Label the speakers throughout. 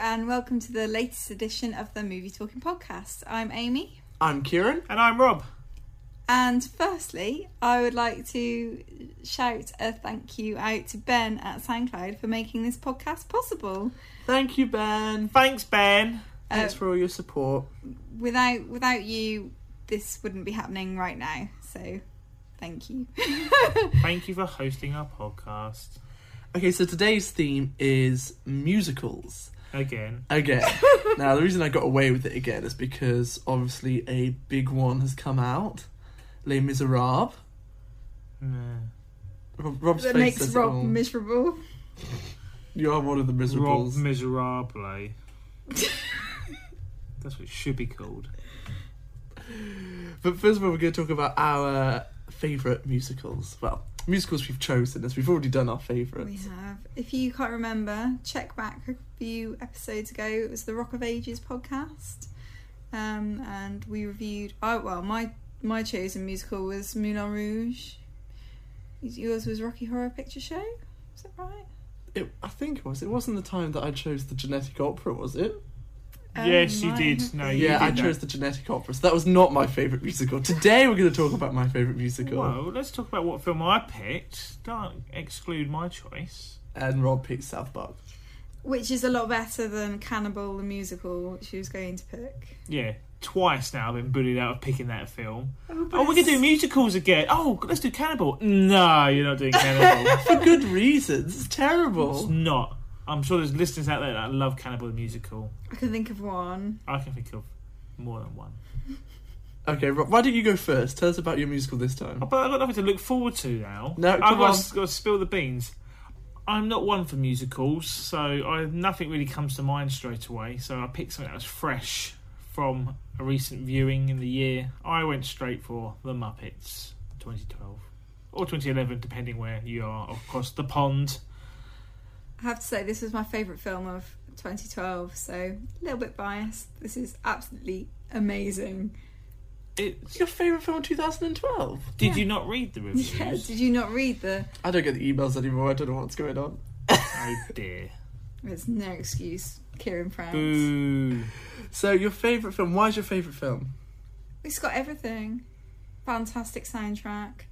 Speaker 1: and welcome to the latest edition of the Movie Talking Podcast. I'm Amy,
Speaker 2: I'm Kieran.
Speaker 3: And I'm Rob.
Speaker 1: and firstly, I would like to shout a thank you out to Ben at SoundCloud for making this podcast possible.
Speaker 2: Thank you, Ben.
Speaker 3: Thanks, Ben.
Speaker 2: Thanks for all your support.
Speaker 1: Without without you, this wouldn't be happening right now. So, thank you.
Speaker 3: Thank you for hosting our podcast
Speaker 2: Okay, so today's theme is musicals.
Speaker 3: again.
Speaker 2: Again. now, the reason I got away with it again is because obviously a big one has come out Les Miserables.
Speaker 3: Nah.
Speaker 2: Rob, Rob's
Speaker 1: that
Speaker 2: face
Speaker 1: makes
Speaker 2: says it
Speaker 1: Rob
Speaker 2: all.
Speaker 1: miserable.
Speaker 2: You are one of the
Speaker 3: Rob
Speaker 2: miserables.
Speaker 3: Miserable. That's what it should be called.
Speaker 2: But first of all, we're going to talk about our favourite musicals. Well, musicals we've chosen, as we've already done our
Speaker 1: We
Speaker 2: favourites.
Speaker 1: have. If you can't remember, check back a few episodes ago. It was the Rock of Ages podcast, um, and we reviewed. Oh well, my my chosen musical was Moulin Rouge. Yours was Rocky Horror Picture Show. Is that right?
Speaker 2: It, I think it was. It wasn't the time that I chose the genetic opera, was it?
Speaker 3: Yes, you
Speaker 1: mine
Speaker 3: did.
Speaker 1: have
Speaker 3: No,
Speaker 1: been-
Speaker 3: you
Speaker 2: Yeah,
Speaker 3: did
Speaker 2: I
Speaker 3: that.
Speaker 2: chose the genetic opera. So that was not my favourite musical. Today we're going to talk about my favourite musical.
Speaker 3: Well, let's talk about what film I picked. Don't exclude my choice.
Speaker 2: And Rob picked South Park.
Speaker 1: Which is a lot better than Cannibal the musical, which she was going to pick.
Speaker 3: Yeah, twice now I've been bullied out of picking that film. Oh, we can do musicals again. Oh, let's do Cannibal. No, you're not doing Cannibal.
Speaker 2: For good reasons. It's
Speaker 3: it's
Speaker 2: terrible.
Speaker 3: not. I'm sure there's listeners out there that love Cannibal the musical.
Speaker 1: I can think of one.
Speaker 3: I can think of more than one.
Speaker 2: Okay, Rob, why don't you go first? Tell us about your musical this time.
Speaker 3: Oh, But I've got nothing to look forward to now.
Speaker 2: No,
Speaker 3: I've
Speaker 2: come
Speaker 3: got,
Speaker 2: on.
Speaker 3: To, got to spill the beans. I'm not one for musicals, so I, nothing really comes to mind straight away. So I picked something that was fresh from a recent viewing in the year. I went straight for The Muppets 2012 or 2011, depending where you are across the pond.
Speaker 1: I have to say, this was my favourite film of 2012, so a little bit biased. This is absolutely amazing.
Speaker 3: It's,
Speaker 2: Your favourite film 2012?
Speaker 3: did you not read the reviews?
Speaker 1: Yeah, did you not read the?
Speaker 2: I don't get the emails anymore. I don't know what's going on.
Speaker 3: Oh dear.
Speaker 1: There's no excuse, Kieran Prance.
Speaker 3: Boo.
Speaker 2: So, your favourite film. Why is your favourite film?
Speaker 1: It's got everything. Fantastic soundtrack,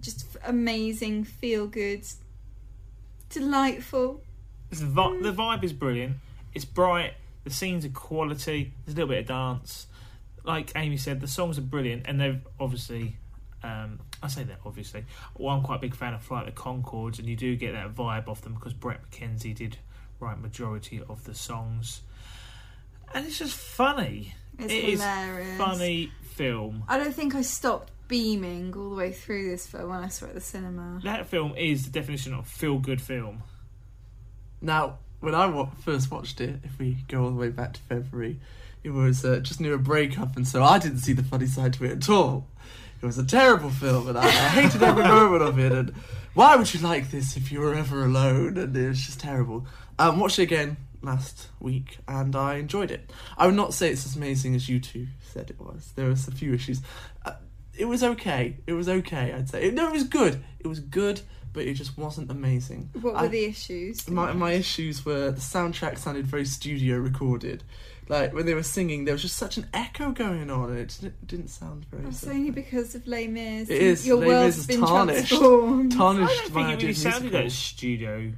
Speaker 1: just f- amazing, feel good, delightful.
Speaker 3: It's the, vi- the vibe is brilliant. It's bright. The scenes are quality. There's a little bit of dance. Like Amy said, the songs are brilliant, and they've obviously. Um, I say that obviously. Well, I'm quite a big fan of Flight of the Concords, and you do get that vibe off them because Brett McKenzie did write majority of the songs, and it's just funny.
Speaker 1: It's
Speaker 3: It is
Speaker 1: hilarious.
Speaker 3: Funny film.
Speaker 1: I don't think I stopped beaming all the way through this film when I saw it at the cinema.
Speaker 3: That film is the definition of feel good film.
Speaker 2: Now, when I wa- first watched it, if we go all the way back to February, it was uh, just near a breakup, and so I didn't see the funny side to it at all. It was a terrible film, and I, I hated every moment of it. And why would you like this if you were ever alone? And it was just terrible. I um, watched it again last week, and I enjoyed it. I would not say it's as amazing as you two said it was. There was a few issues. Uh, it was okay. It was okay. I'd say. no, it was good. It was good, but it just wasn't amazing.
Speaker 1: What were
Speaker 2: I-
Speaker 1: the issues?
Speaker 2: my, my issues were the soundtrack sounded very studio recorded. Like when they were singing, there was just such an echo going on, and it just didn't sound very.
Speaker 1: That's
Speaker 2: sort
Speaker 1: only
Speaker 2: of
Speaker 1: because of Les Mis.
Speaker 2: It is.
Speaker 1: Your
Speaker 2: Les Mis
Speaker 1: world's
Speaker 2: is
Speaker 1: been
Speaker 2: tarnished.
Speaker 1: transformed.
Speaker 3: I
Speaker 2: tarnished my
Speaker 3: don't think it
Speaker 2: idea
Speaker 3: really
Speaker 2: of
Speaker 3: sounded
Speaker 2: musical.
Speaker 3: like studio.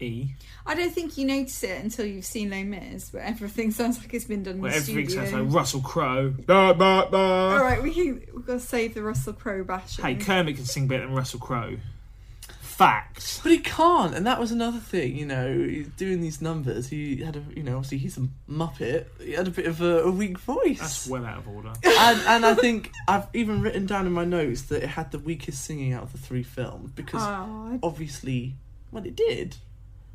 Speaker 3: E.
Speaker 1: I don't think you notice it until you've seen Les Mis, where everything sounds like it's been done
Speaker 3: Where
Speaker 1: in the
Speaker 3: everything
Speaker 1: studio.
Speaker 3: sounds like Russell Crowe. Bah, bah, bah.
Speaker 1: All right, we can, we've got to save the Russell Crowe bashing.
Speaker 3: Hey, Kermit can sing better than Russell Crowe. Facts.
Speaker 2: But he can't, and that was another thing. You know, he's doing these numbers. He had a, you know, obviously he's a muppet. He had a bit of a, a weak voice.
Speaker 3: That's well out of order.
Speaker 2: and, and I think I've even written down in my notes that it had the weakest singing out of the three films because
Speaker 1: Oh,
Speaker 2: obviously well it did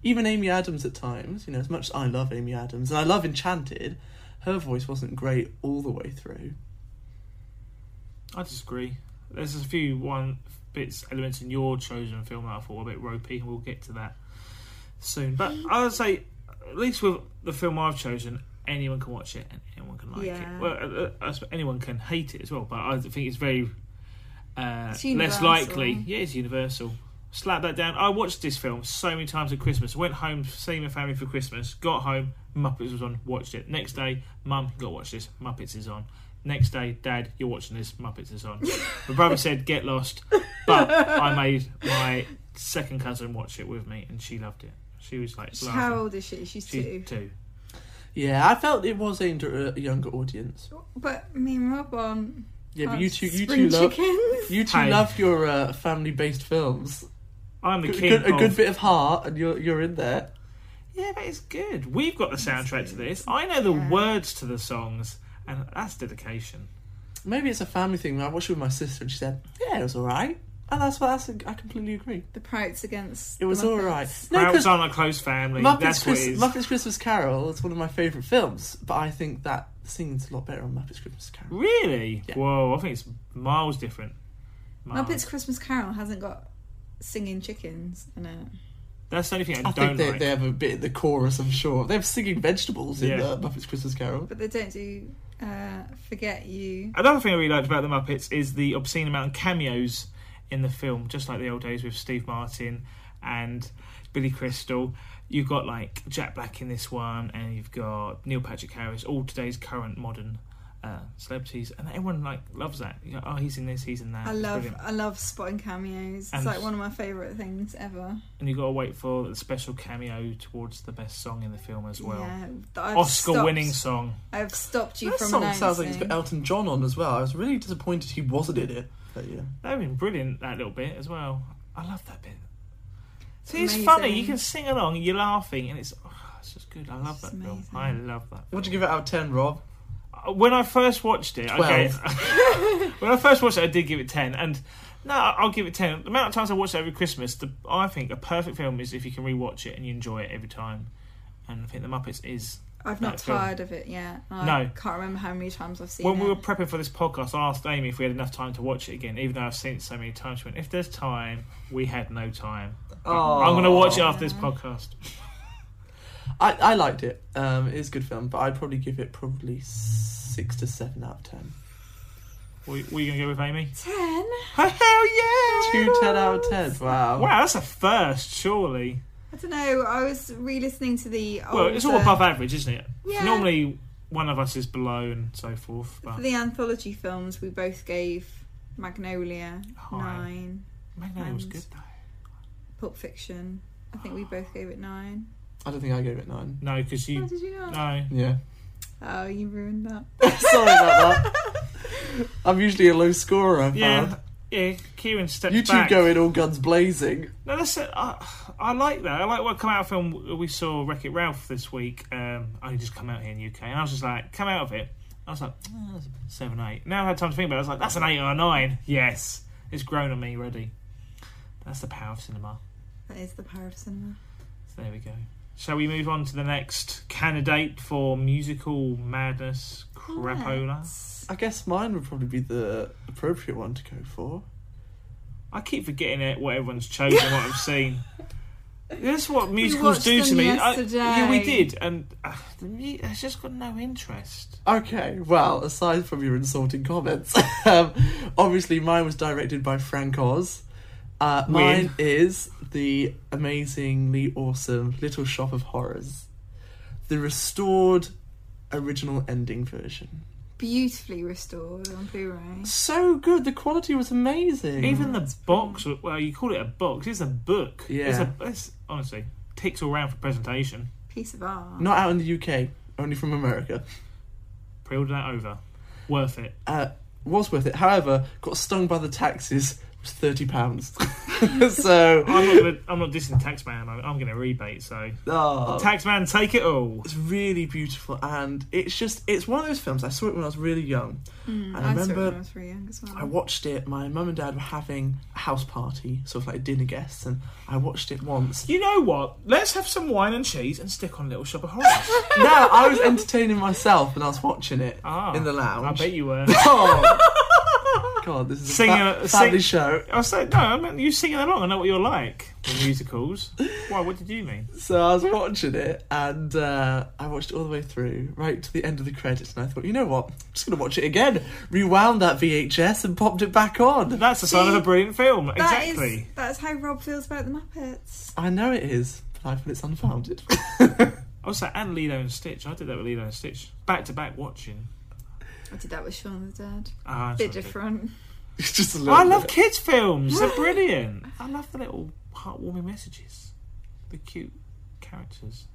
Speaker 2: even amy adams at times you know as much as i love amy adams and i love enchanted her voice wasn't great all the way through
Speaker 3: I disagree. There's a few one bits elements in your chosen film that I thought were a bit ropey. We'll get to that soon. But I would say, at least with the film I've chosen, anyone can watch it and anyone can like
Speaker 1: Yeah.
Speaker 3: it. Well, uh, uh, I suppose anyone can hate it as well, but I think it's very uh,
Speaker 1: It's
Speaker 3: less
Speaker 1: universal.
Speaker 3: likely. Yeah, it's universal. Slap that down. I watched this film so many times at Christmas. Went home to see my family for Christmas. Got home, Muppets was on. Watched it. Next day, Mum, you got to watch this. Muppets is on. Next day, Dad, you're watching this. Muppets is on. my brother said, "Get lost," but I made my second cousin watch it with me, and she loved it. She was like, laughing.
Speaker 1: How old is she? She's
Speaker 3: She's
Speaker 1: two.
Speaker 3: two.
Speaker 2: Yeah, I felt it was aimed at a younger audience.
Speaker 1: But me and Rob on.
Speaker 2: Yeah, but you two, you two
Speaker 1: spring
Speaker 2: love,
Speaker 1: chickens.
Speaker 2: you two
Speaker 3: Hey.
Speaker 2: love your uh, family-based films.
Speaker 3: I'm the
Speaker 2: Good-
Speaker 3: king.
Speaker 2: good- a
Speaker 3: of-
Speaker 2: good bit of heart, and you're you're in there.
Speaker 3: Yeah, that is good. We've got the soundtrack to this. I know the
Speaker 1: Yeah.
Speaker 3: words to the songs, and that's dedication.
Speaker 2: Maybe it's a family thing. I watched it with my sister, and she said, "Yeah, it was all right." And that's what that's. I completely agree.
Speaker 1: The Prouts against.
Speaker 2: It
Speaker 1: the
Speaker 2: was all
Speaker 1: Muppets.
Speaker 2: right. No,
Speaker 3: Crowds
Speaker 2: because
Speaker 3: aren't a close family.
Speaker 2: Muppets,
Speaker 3: that's what
Speaker 2: Chris,
Speaker 3: it is.
Speaker 2: Muppets Christmas Carol is one of my favourite films, but I think that singing's a lot better on Muppets Christmas Carol.
Speaker 3: Really?
Speaker 2: Yeah.
Speaker 3: Whoa! I think it's miles different. Miles.
Speaker 1: Muppets Christmas Carol hasn't got singing chickens in it.
Speaker 3: That's the only thing I,
Speaker 2: I
Speaker 3: don't
Speaker 2: think they,
Speaker 3: like.
Speaker 2: they have a bit in the chorus, I'm sure. They have singing vegetables in
Speaker 3: Yeah.
Speaker 2: the Muppets Christmas Carol.
Speaker 1: But they don't do uh, Forget You.
Speaker 3: Another thing I really liked about the Muppets is the obscene amount of cameos in the film, just like the old days with Steve Martin and Billy Crystal. You've got like Jack Black in this one, and you've got Neil Patrick Harris, all today's current modern uh, celebrities, and everyone like loves that. You know, oh, he's in this, he's in that.
Speaker 2: Ah,
Speaker 1: I
Speaker 3: It's
Speaker 1: love
Speaker 3: brilliant.
Speaker 1: I love spotting cameos.
Speaker 3: And-
Speaker 1: It's like one of my favourite things ever.
Speaker 3: and you've got to wait for the special cameo towards the best song in the film as well.
Speaker 1: yeah, that I've
Speaker 3: Oscar-winning
Speaker 1: stopped-
Speaker 3: song.
Speaker 1: I've stopped you
Speaker 2: That
Speaker 1: from
Speaker 2: song sounds like it's
Speaker 1: announcing.
Speaker 2: got Elton John on as well. I was really disappointed he wasn't in it. But yeah.
Speaker 3: That would have been brilliant, that little bit as well. I love that bit. See, it's
Speaker 1: amazing.
Speaker 3: funny. You can sing along, you're laughing, and it's, oh, it's just good. I love
Speaker 1: It's
Speaker 3: that film.
Speaker 1: amazing.
Speaker 3: I love that.
Speaker 2: What'd you give it out of 10, Rob?
Speaker 3: Uh, When I first watched it, okay. when I first watched it, I did give it 10. And no, I- I'll give it 10. The amount of times I watch it every Christmas, the, I think a perfect film is if you can rewatch it and you enjoy it every time. And I think The Muppets is.
Speaker 1: I've not
Speaker 3: that film.
Speaker 1: tired of it yet. I
Speaker 3: No.
Speaker 1: can't remember how many times I've seen
Speaker 3: When we
Speaker 1: it.
Speaker 3: were prepping for this podcast, I asked Amy if we had enough time to watch it again, even though I've seen it so many times. She went, If there's time, we had no time. I'm going to watch it after this podcast.
Speaker 2: I, I liked it. Um, it is a good film, but I'd probably give it probably six to seven out of ten.
Speaker 3: What what are you going to go with, Amy?
Speaker 1: ten.
Speaker 3: Oh, hell yeah!
Speaker 2: Two ten out of ten. Wow.
Speaker 3: Wow, that's a first, surely.
Speaker 1: I don't know. I was re-listening to the. uh,
Speaker 3: Well, it's all
Speaker 1: older-
Speaker 3: above average, isn't it?
Speaker 1: Oh, Yeah.
Speaker 3: Normally, one of us is below and so forth.
Speaker 1: For
Speaker 3: But
Speaker 1: the anthology films, we both gave Magnolia
Speaker 3: High.
Speaker 1: nine,
Speaker 3: Magnolia was
Speaker 1: And-
Speaker 3: good though.
Speaker 1: Pulp Fiction. I think we both gave it nine.
Speaker 2: I don't think I gave it nine.
Speaker 3: No, because
Speaker 1: oh,
Speaker 3: you
Speaker 1: did you not?
Speaker 3: no.
Speaker 2: Yeah.
Speaker 1: Oh, you ruined that.
Speaker 2: Sorry about that. I'm usually a low scorer. I've
Speaker 3: Yeah, yeah. Kieran steps
Speaker 2: found. You two
Speaker 3: back.
Speaker 2: go in all guns blazing.
Speaker 3: No, that's it. I, I like that. I like what come out film we saw Wreck It Ralph this week. Um, only just come out here in the UK, and I was just like, come out of it. I was like, "Oh, that's a seven, eight. Now I had time to think about. it. I was like, that's an eight or a nine. Yes, it's grown on me already. That's the power of cinema.
Speaker 1: That is the power of cinema.
Speaker 3: So there we go. Shall we move on to the next candidate for musical madness crapola?
Speaker 1: Let's-
Speaker 2: I guess mine would probably be the appropriate one to go for.
Speaker 3: I keep forgetting it. What everyone's chosen, what I've seen. That's what musicals
Speaker 1: watched
Speaker 3: do to
Speaker 1: them
Speaker 3: me.
Speaker 1: yesterday.
Speaker 3: yeah, we did, and uh, the mu- it's just got no interest.
Speaker 2: Okay, well, aside from your insulting comments, um, obviously mine was directed by Frank Oz. Uh, mine is the amazingly awesome Little Shop of Horrors, the restored original ending version.
Speaker 1: Beautifully restored on Blu-ray.
Speaker 2: So good, the quality was amazing.
Speaker 3: Even the box. Well, you call it a box. It's a book. It's, a,
Speaker 2: Yeah.
Speaker 3: it's honestly ticks all round for presentation.
Speaker 1: Piece of art.
Speaker 2: not out in the UK, only from America.
Speaker 3: Pre-order that over. Worth it.
Speaker 2: Uh, was worth it. However, got stung by the taxes. Was thirty pounds. so,
Speaker 3: I'm not. Gonna, I'm not dissing Taxman. I'm, I'm going to rebate. So
Speaker 2: oh.
Speaker 3: Taxman, take it all.
Speaker 2: It's really beautiful, and it's just it's one of those films. I saw it when I was really young.
Speaker 1: Mm, saw
Speaker 2: I
Speaker 1: it when
Speaker 2: remember-
Speaker 1: I was very young as well.
Speaker 2: I watched it. My mum and dad were having a house party, sort of like dinner guests, and I watched it once.
Speaker 3: You know what? Let's have some wine and cheese and stick on Little Shop of Horrors.
Speaker 2: no, I was entertaining myself when I was watching it
Speaker 3: Ah,
Speaker 2: in the
Speaker 3: I
Speaker 2: lounge.
Speaker 3: bet you were.
Speaker 2: Oh. God, this is a
Speaker 3: Singing
Speaker 2: fa-
Speaker 3: a-
Speaker 2: family
Speaker 3: sing-
Speaker 2: show.
Speaker 3: I said, no, I meant you singing along. I know what you're like with musicals. Why? What did you mean?
Speaker 2: So I was watching it, and uh, I watched it all the way through, right to the end of the credits, and I thought, you know what? I'm just going to watch it again. Rewound that VHS and popped it back on.
Speaker 3: That's the sign of a brilliant film.
Speaker 1: That is-
Speaker 3: exactly.
Speaker 1: that's how Rob feels about the Muppets.
Speaker 2: I know it is, but I feel it's unfounded.
Speaker 3: Also, and Lilo and Stitch. I did that with Lilo and Stitch. Back to back watching.
Speaker 1: I did that with Shaun the Dead.
Speaker 3: Ah,
Speaker 1: Bit
Speaker 3: that's what I did.
Speaker 1: different.
Speaker 2: It's just a little
Speaker 3: I love
Speaker 2: bit.
Speaker 3: kids' films. They're brilliant. I love the little heartwarming messages, the cute characters.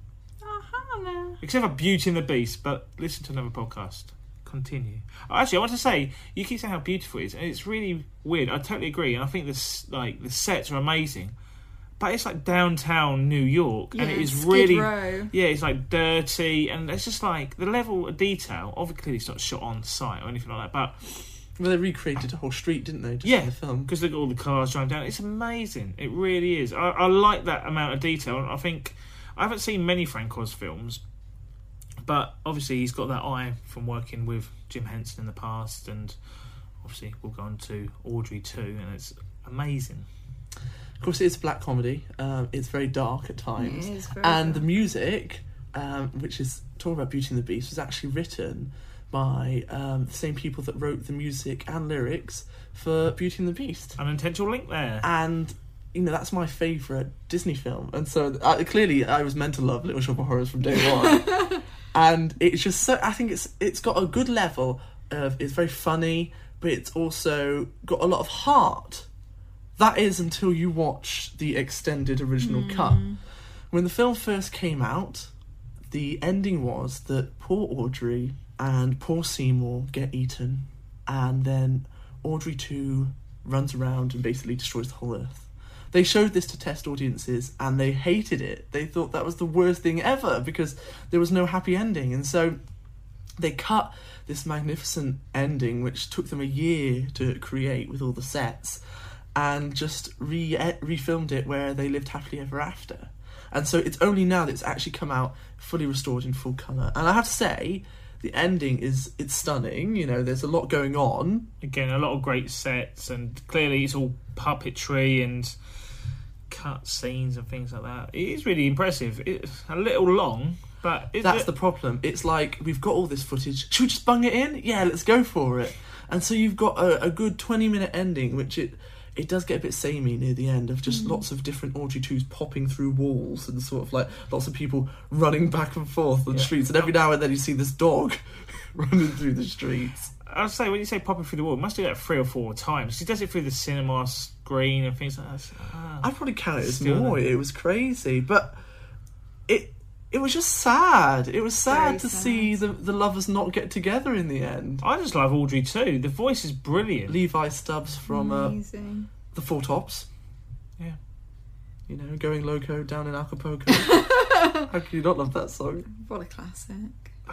Speaker 1: Oh, Hannah.
Speaker 3: Except for Beauty and the Beast, but listen to another podcast. Continue. Oh, actually, I want to say you keep saying how beautiful it is, and it's really weird. I totally agree, and I think this like the sets are amazing, but it's like downtown New York, and it is
Speaker 1: Skid
Speaker 3: really
Speaker 1: Row.
Speaker 3: yeah, it's like dirty, and it's just like the level of detail. Obviously, it's not shot on site or anything like that, but
Speaker 2: Well, they recreated a whole street, didn't they? Just
Speaker 3: Yeah.
Speaker 2: in the film.
Speaker 3: because look at all the cars driving down. It's amazing. It really is. I, I like that amount of detail. and I think I haven't seen many Frank Oz films, but obviously he's got that eye from working with Jim Henson in the past, and obviously we'll go on to Audrey too, and it's amazing.
Speaker 2: Of course, it is a black comedy. Um, it's very dark at times.
Speaker 1: It is very
Speaker 2: and the
Speaker 1: good.
Speaker 2: music, um, which is talking about Beauty and the Beast, was actually written by um, the same people that wrote the music and lyrics for Beauty and the Beast.
Speaker 3: An intentional link there.
Speaker 2: And you know that's my favourite Disney film, and so uh, clearly I was meant to love Little Shop of Horrors from day one. and it's just so I think it's it's got a good level of it's very funny, but it's also got a lot of heart. That is until you watch the extended original cut. When the film first came out, the ending was that poor Audrey and poor Seymour get eaten, and then Audrey 2 runs around and basically destroys the whole earth. They showed this to test audiences and they hated it. They thought that was the worst thing ever because there was no happy ending. And so they cut this magnificent ending, which took them a year to create with all the sets, and just re refilmed it where they lived happily ever after. And so it's only now that it's actually come out fully restored in full color. And I have to say, the ending is it's stunning. You know, there's a lot going on.
Speaker 3: Again, a lot of great sets, and clearly it's all puppetry and cut scenes and things like that. It is really impressive. It's a little long, but it,
Speaker 2: That's the problem. It's like we've got all this footage. Should we just bung it in? Yeah, let's go for it. And so you've got a, a good twenty-minute ending, which it it does get a bit samey near the end of just lots of different Audrey twos popping through walls and sort of like lots of people running back and forth on the
Speaker 3: Yeah.
Speaker 2: streets. And every now and then you see this dog running through the streets.
Speaker 3: I'd say when you say popping through the wall, he must do that three or four times. He does it through the cinema screen and things like that. Ah.
Speaker 2: I probably count it as
Speaker 3: Still
Speaker 2: more.
Speaker 3: then.
Speaker 2: It was crazy, but it it was just sad. It was sad
Speaker 1: Very
Speaker 2: to
Speaker 1: sad.
Speaker 2: see the the lovers not get together in the end.
Speaker 3: I just love Audrey too. The voice is brilliant.
Speaker 2: Levi Stubbs from
Speaker 1: Mm.
Speaker 2: uh,
Speaker 1: Amazing.
Speaker 2: the Four Tops.
Speaker 3: Yeah.
Speaker 2: You know, going loco down in Acapulco. How can you not love that song?
Speaker 1: What a classic.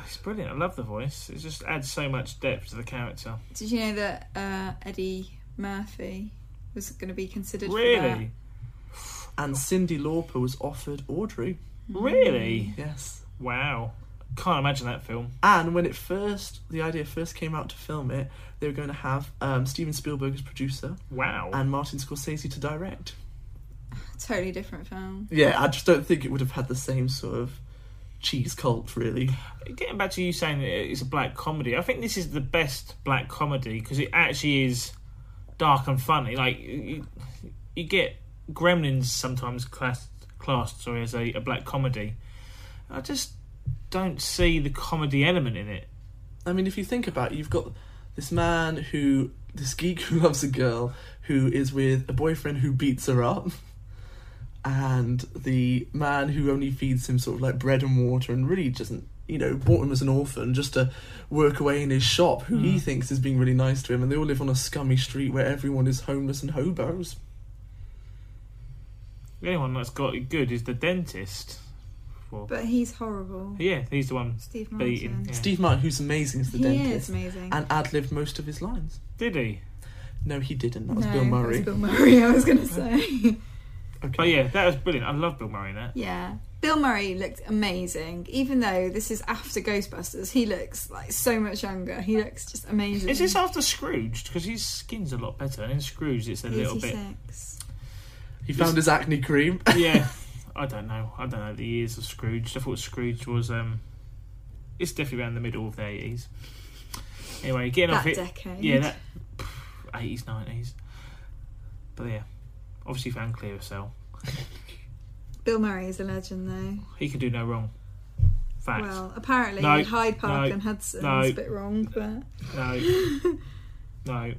Speaker 3: It's brilliant. I love the voice. It just adds so much depth to the character.
Speaker 1: Did you know that uh, Eddie Murphy was going to be considered for that?
Speaker 3: Really?
Speaker 2: And Cindy Lauper was offered Audrey.
Speaker 3: Really?
Speaker 2: Yes.
Speaker 3: Wow. Can't imagine that film.
Speaker 2: And when it first, the idea first came out to film it, they were going to have um, Steven Spielberg as producer
Speaker 3: Wow.
Speaker 2: and Martin Scorsese to direct.
Speaker 1: Mm-hmm. Totally different film.
Speaker 2: Yeah, I just don't think it would have had the same sort of cheese cult, really.
Speaker 3: Getting back to you saying that it's a black comedy, I think this is the best black comedy because it actually is dark and funny. Like, you, you get Gremlins sometimes classed, classed sorry, as a, a black comedy. I just don't see the comedy element in it.
Speaker 2: I mean, if you think about it, you've got this man who, this geek who loves a girl, who is with a boyfriend who beats her up, and the man who only feeds him sort of like bread and water and really doesn't, you know, bought him as an orphan just to work away in his shop, who he thinks is being really nice to him, and they all live on a scummy street where everyone is homeless and hobos.
Speaker 3: The only one that's got it good is the dentist. Well,
Speaker 1: But he's horrible.
Speaker 3: yeah, he's the one.
Speaker 1: Steve
Speaker 3: Beating,
Speaker 1: Martin.
Speaker 3: yeah.
Speaker 2: Steve Martin, who's amazing, is the
Speaker 1: He is
Speaker 2: dentist,
Speaker 1: amazing.
Speaker 2: and ad libbed most of his lines.
Speaker 3: Did he?
Speaker 2: No, he didn't. That was
Speaker 1: no,
Speaker 2: Bill Murray.
Speaker 1: That's Bill Murray, I was going to say.
Speaker 2: Okay.
Speaker 3: Oh, But yeah, that was brilliant. I love Bill Murray in that.
Speaker 1: yeah. Bill Murray looked amazing, even though this is after Ghostbusters. He looks like so much younger. He looks just amazing.
Speaker 3: Is this after Scrooge? Because his skin's a lot better, and in Scrooge it's a little bit.
Speaker 1: 86.
Speaker 2: He found his acne cream.
Speaker 3: yeah, I don't know. I don't know the years of Scrooge. I thought Scrooge was um, it's definitely around the middle of the eighties. Anyway, getting
Speaker 1: That
Speaker 3: off it.
Speaker 1: decade.
Speaker 3: Yeah, that eighties, nineties. But yeah, obviously found Clear Cell.
Speaker 1: Bill Murray is a legend, though.
Speaker 3: He can do no wrong. Facts.
Speaker 1: Well, apparently
Speaker 3: No,
Speaker 1: Hyde Park
Speaker 3: no,
Speaker 1: and Hudson
Speaker 3: no.
Speaker 1: is a bit wrong, but
Speaker 3: No. no.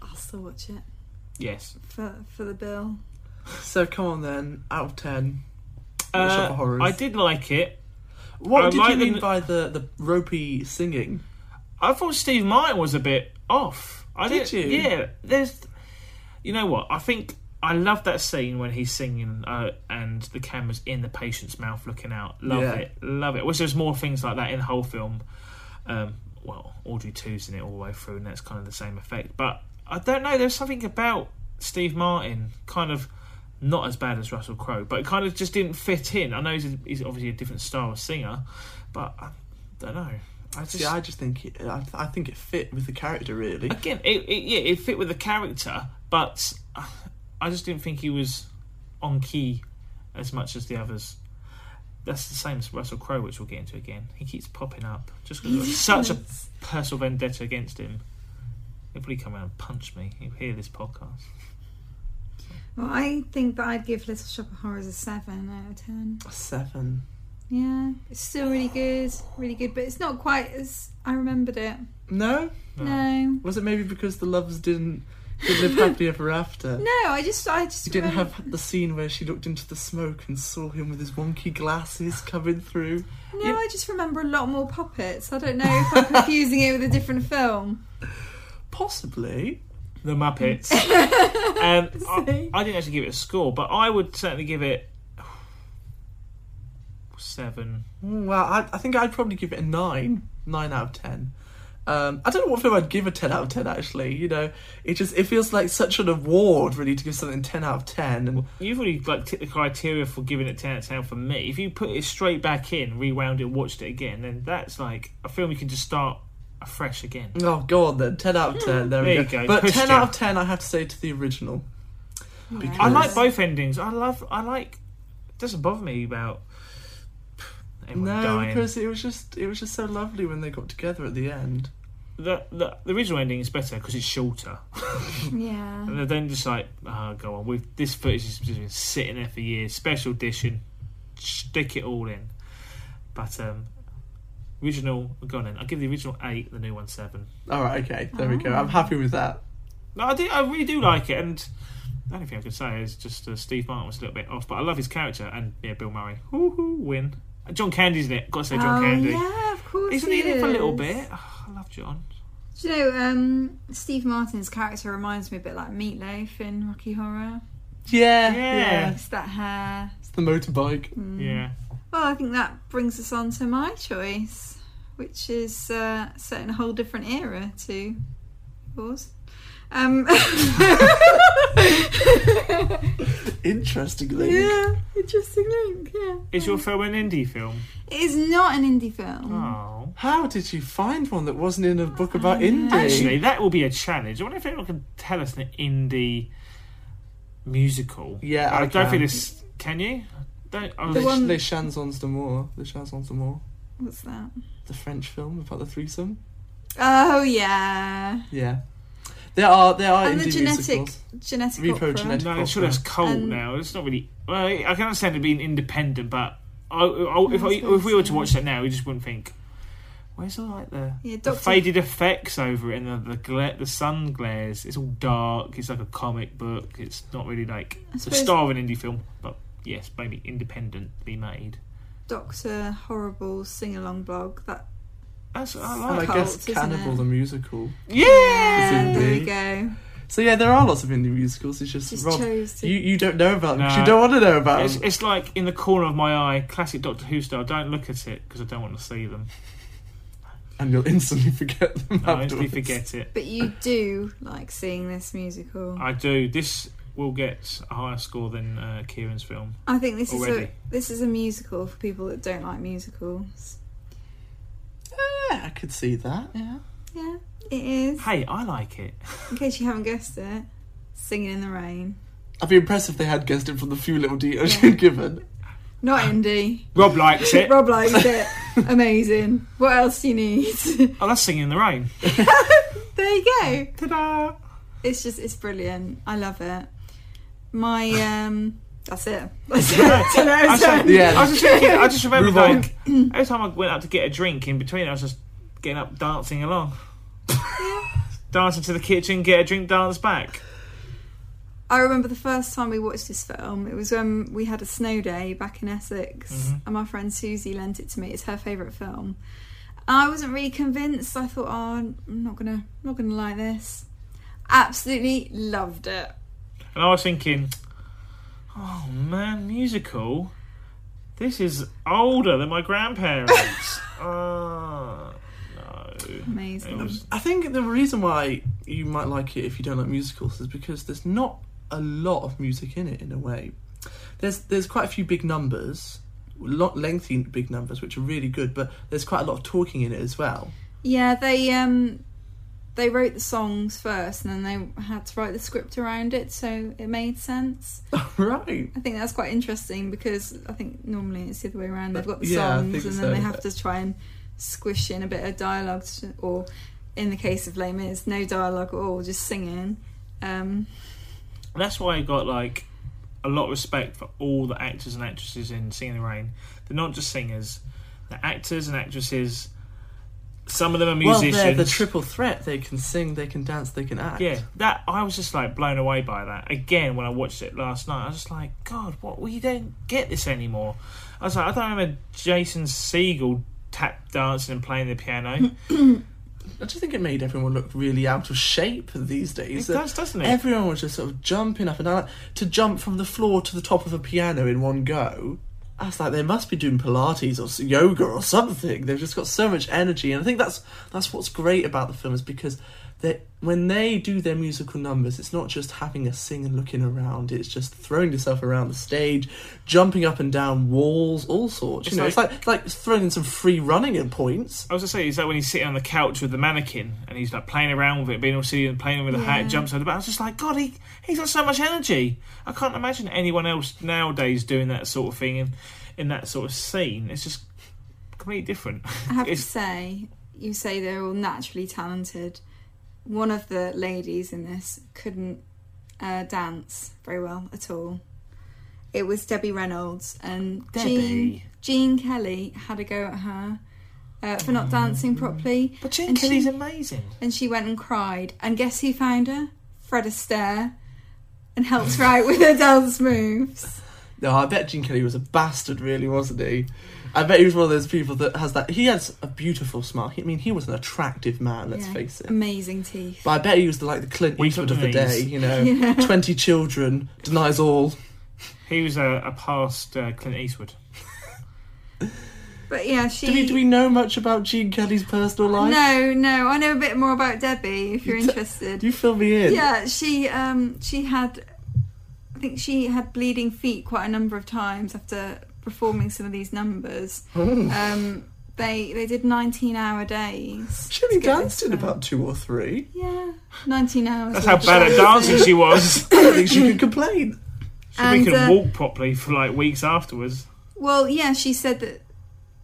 Speaker 1: I'll still watch it
Speaker 3: Yes.
Speaker 1: for for the Bill.
Speaker 2: so come on then, out of ten,
Speaker 3: Uh,
Speaker 2: Shop of Horrors.
Speaker 3: I did like it.
Speaker 2: what
Speaker 3: I
Speaker 2: did you
Speaker 3: like
Speaker 2: mean
Speaker 3: the-
Speaker 2: by the the ropey singing?
Speaker 3: I thought Steve Martin was a bit off. I
Speaker 2: Did
Speaker 3: didn't-
Speaker 2: you?
Speaker 3: Yeah. There's. You know what? I think I love that scene when he's singing uh, and the camera's in the patient's mouth looking out. Love
Speaker 2: Yeah.
Speaker 3: it. Love it. Wish there's more things like that in the whole film. Um, well, Audrey 2's in it all the way through, and that's kind of the same effect. But I don't know. There's something about Steve Martin kind of not as bad as Russell Crowe, but it kind of just didn't fit in. I know he's, a, he's obviously a different style of singer, but I don't know. I just,
Speaker 2: See, I just think it, I, I think it fit with the character really.
Speaker 3: again, it, it yeah, it fit with the character, but uh, I just didn't think he was on key as much as the others. That's the same as Russell Crowe, which we'll get into again. He keeps popping up just because such a personal vendetta against him. He'll probably come around and punch me. He'll hear this podcast.
Speaker 1: Well, I think that I'd give Little Shop of Horrors a seven out of ten.
Speaker 2: Seven.
Speaker 1: Yeah, it's still really good, really good, but it's not quite as I remembered it.
Speaker 2: No,
Speaker 3: No.
Speaker 1: No,
Speaker 2: was it maybe because the loves didn't, didn't live happily ever after?
Speaker 1: no, I just, I just
Speaker 2: You didn't
Speaker 1: remember-
Speaker 2: have the scene where she looked into the smoke and saw him with his wonky glasses coming through.
Speaker 1: No,
Speaker 3: you-
Speaker 1: I just remember a lot more puppets. I don't know if I'm confusing it with a different film.
Speaker 2: Possibly.
Speaker 3: The Muppets. um, I,
Speaker 1: See?
Speaker 3: I didn't actually give it a score, but I would certainly give it seven.
Speaker 2: Mm, Well, I, I think I'd probably give it a nine, nine out of ten. Um, I don't know what film I'd give a ten out of ten. Actually, you know, it just it feels like such an award really to give something ten out of ten. And
Speaker 3: You've already like ticked the criteria for giving it ten out of ten for me. If you put it straight back in, rewound it, watched it again, then that's like a film you can just start afresh again.
Speaker 2: oh, go on then, ten out of ten. There, we
Speaker 3: Hmm, There
Speaker 2: go.
Speaker 3: you go,
Speaker 2: But
Speaker 3: pushed
Speaker 2: ten
Speaker 3: ya.
Speaker 2: out of ten, I have to say to the original. Because-
Speaker 3: I
Speaker 2: Yes.
Speaker 3: like both endings. I love. I like. It doesn't bother me about everyone
Speaker 2: no,
Speaker 3: dying.
Speaker 2: because it was just it was just so lovely when they got together at the end.
Speaker 3: The, the the original ending is better because it's shorter.
Speaker 2: Mm.
Speaker 1: Yeah.
Speaker 3: And they're then just like, oh, go on. We've, this footage has just been sitting there for years. Special edition. Stick it all in. But um, original, go on then. I'll give the original eight, the new one seven.
Speaker 2: All right, okay, there we
Speaker 3: Oh.
Speaker 2: go. I'm happy with that.
Speaker 3: No, I do. I really do like it, and the only thing I could say is just uh, Steve Martin was a little bit off, but I love his character and yeah, Bill Murray. Woohoo, win. Uh, John Candy's in it. Got to say John
Speaker 1: oh
Speaker 3: Candy.
Speaker 1: yeah, of course.
Speaker 3: He's
Speaker 1: he
Speaker 3: in it for a little
Speaker 1: is.
Speaker 3: bit. Oh, I love John.
Speaker 1: Do you know, um, Steve Martin's character reminds me a bit like Meatloaf in Rocky Horror.
Speaker 2: Yeah,
Speaker 3: Yeah.
Speaker 1: It's that hair.
Speaker 2: It's the motorbike.
Speaker 1: Mm.
Speaker 3: Yeah.
Speaker 1: Well, I think that brings us on to my choice, which is uh, set in a whole different era to yours. Um,
Speaker 2: Interestingly,
Speaker 1: yeah, interesting link. Yeah,
Speaker 3: Is your film an indie film?
Speaker 1: it is not an indie film.
Speaker 3: Oh.
Speaker 2: how did you find one that wasn't in a book about indie?
Speaker 3: Actually, that will be a challenge. I wonder if anyone can tell us an indie musical.
Speaker 2: Yeah,
Speaker 3: I,
Speaker 2: I
Speaker 3: don't
Speaker 2: can.
Speaker 3: think this. Can you? Don't. I
Speaker 2: The
Speaker 3: was-
Speaker 1: one-
Speaker 2: Les Chansons d'Amour. Les Chansons d'Amour.
Speaker 1: What's that?
Speaker 2: The French film about the threesome.
Speaker 1: Oh yeah,
Speaker 2: Yeah. There are there are
Speaker 1: and
Speaker 2: indie
Speaker 1: the genetic
Speaker 2: musicals.
Speaker 1: genetic
Speaker 2: Repo
Speaker 1: opera.
Speaker 2: genetic-
Speaker 3: No, I'm sure that's cold
Speaker 1: Um,
Speaker 3: now. It's not really. Well, I can understand it being independent, but I, I, if, I,
Speaker 1: I suppose
Speaker 3: if we were to
Speaker 1: so.
Speaker 3: watch that now, we just wouldn't think. Where's all like the,
Speaker 1: Yeah,
Speaker 3: the
Speaker 1: Doctor.
Speaker 3: faded effects over it and the the, gla- the sun glares? It's all dark. It's like a comic book. It's not really like
Speaker 1: I
Speaker 3: the
Speaker 1: suppose-
Speaker 3: star of an indie film, but yes, maybe independently made.
Speaker 1: Doctor Horrible sing along blog. That
Speaker 3: That's what I
Speaker 1: And
Speaker 3: like.
Speaker 2: And I
Speaker 1: Cult,
Speaker 2: guess
Speaker 1: isn't
Speaker 2: Cannibal
Speaker 1: it?
Speaker 2: the musical.
Speaker 3: yeah.
Speaker 2: It's
Speaker 1: there
Speaker 2: indie.
Speaker 1: you go.
Speaker 2: So yeah, there are lots of indie musicals. It's just,
Speaker 1: Just
Speaker 2: Rob,
Speaker 1: chose to.
Speaker 2: you you don't know about them 'cause
Speaker 3: No.
Speaker 2: you don't want to know about
Speaker 3: It's,
Speaker 2: them.
Speaker 3: it's like in the corner of my eye, classic Doctor Who style. Don't look at it because I don't want to see them.
Speaker 2: And you'll instantly forget them.
Speaker 3: I instantly
Speaker 2: afterwards.
Speaker 3: forget it. Ah,
Speaker 1: But you do like seeing this musical.
Speaker 3: I do. This will get a higher score than uh, Kieran's film.
Speaker 1: I think this is a
Speaker 3: Already.
Speaker 1: this is a musical for people that don't like musicals.
Speaker 2: Yeah, I could see that. Yeah.
Speaker 1: Yeah, it is.
Speaker 3: Hey, I like it.
Speaker 1: In case you haven't guessed it, Singing in the Rain.
Speaker 2: I'd be impressed if they had guessed it from the few little details
Speaker 1: Yeah.
Speaker 2: you'd given.
Speaker 1: Not
Speaker 3: Ah.
Speaker 1: indie.
Speaker 3: Rob likes it.
Speaker 1: Rob likes it. Amazing. What else do you need?
Speaker 3: Oh, that's singing in the rain.
Speaker 1: there you go.
Speaker 3: Ta-da!
Speaker 1: It's just it's brilliant. I love it. My um that's it. That's it.
Speaker 3: Yeah.
Speaker 1: Ten out of
Speaker 3: I said-
Speaker 1: 10.
Speaker 2: Yeah.
Speaker 3: I was just thinking, I just remember
Speaker 2: Move on.
Speaker 3: like every time I went out to get a drink in between, I was just getting up, dancing along, dancing to the kitchen, get a drink, dance back.
Speaker 1: I remember the first time we watched this film. It was when we had a snow day back in Essex,
Speaker 3: Mhm.
Speaker 1: and my friend Susie lent it to me. It's her favourite film. I wasn't really convinced. I thought, oh, I'm not gonna, not gonna like this. Absolutely loved it.
Speaker 3: And I was thinking, oh man, musical. This is older than my grandparents. Ah, no.
Speaker 1: Amazing.
Speaker 3: It was-
Speaker 2: I think the reason why you might like it if you don't like musicals is because there's not a lot of music in it in a way. There's there's quite a few big numbers, lot lengthy big numbers which are really good, but there's quite a lot of talking in it as well.
Speaker 1: Yeah, they um they wrote the songs first and then they had to write the script around it so it made sense.
Speaker 2: right.
Speaker 1: I think that's quite interesting because I think normally it's the other way around. They've got the
Speaker 2: Yeah, I
Speaker 1: songs
Speaker 2: think
Speaker 1: and
Speaker 2: so.
Speaker 1: then they have to try and squish in a bit of dialogue to- or in the case of Les Mis, no dialogue at all, just singing. Um
Speaker 3: That's why I got like a lot of respect for all the actors and actresses in Singing in the Rain. They're not just singers; they're actors and actresses. Some of them are musicians.
Speaker 2: Well, they're the triple threat. They can sing, they can dance, they can act.
Speaker 3: yeah, that I was just like blown away by that. Again, when I watched it last night, I was just like, God, what? We don't get this anymore. I was like, I don't remember Jason Segel tap dancing and playing the piano.
Speaker 2: I just think it made everyone look really out of shape these
Speaker 3: it
Speaker 2: days.
Speaker 3: does, doesn't it?
Speaker 2: Everyone was just sort of jumping up and down. To jump from the floor to the top of a piano in one go, I was like, they must be doing Pilates or s- yoga or something. They've just got so much energy, and I think that's that's what's great about the film is because they when they do their musical numbers, it's not just having a sing and looking around. It's just throwing yourself around the stage, jumping up and down walls, all sorts.
Speaker 3: It's
Speaker 2: you know,
Speaker 3: like-
Speaker 2: it's like like throwing in some free running at points.
Speaker 3: I was gonna say, is that when he's sitting on the couch with the mannequin and he's like playing around with it, being all silly and playing with the
Speaker 1: Yeah.
Speaker 3: hat, jumps over the back? I was just like, God, he he's got so much energy. I can't imagine anyone else nowadays doing that sort of thing in, in that sort of scene. It's just completely different.
Speaker 1: I have
Speaker 3: It's-
Speaker 1: to say, you say they're all naturally talented. One of the ladies in this couldn't uh, dance very well at all. It was Debbie Reynolds and Jean,
Speaker 2: Debbie.
Speaker 1: Jean Kelly had a go at her uh, for
Speaker 2: Mm.
Speaker 1: not dancing properly,
Speaker 3: But Gene
Speaker 1: And she-
Speaker 3: Kelly's amazing.
Speaker 1: and she went and cried. And guess who found her? Fred Astaire, and helped her out with her dance moves.
Speaker 2: No, I bet Gene Kelly was a bastard, really, wasn't he? I bet he was one of those people that has that. He has a beautiful smile. He- I mean, he was an attractive man. Let's
Speaker 1: Yeah.
Speaker 2: face it.
Speaker 1: Amazing teeth.
Speaker 2: But I bet he was the, like the Clint
Speaker 3: Weak
Speaker 2: Eastwood of the
Speaker 3: knees.
Speaker 2: day. You know,
Speaker 1: Yeah.
Speaker 2: twenty children denies all.
Speaker 3: He was a, a past uh, Clint Eastwood.
Speaker 1: But yeah, she.
Speaker 2: Do we do we know much about Gene Kelly's personal life?
Speaker 1: No, no. I know a bit more about Debbie if you're
Speaker 2: You t-
Speaker 1: interested.
Speaker 2: Do you fill me in?
Speaker 1: Yeah, she um she had I think she had bleeding feet quite a number of times after performing some of these numbers.
Speaker 2: Oh.
Speaker 1: Um they they did 19 hour days.
Speaker 2: She only
Speaker 1: to get
Speaker 2: danced
Speaker 1: this
Speaker 2: in
Speaker 1: done.
Speaker 2: about two or three.
Speaker 1: Yeah, 19 hours.
Speaker 3: That's how
Speaker 1: worth of
Speaker 3: bad at dancing she was.
Speaker 2: I don't think she could complain.
Speaker 3: She
Speaker 1: And,
Speaker 3: couldn't
Speaker 1: uh,
Speaker 3: walk properly for like weeks afterwards.
Speaker 1: Well, yeah, she said that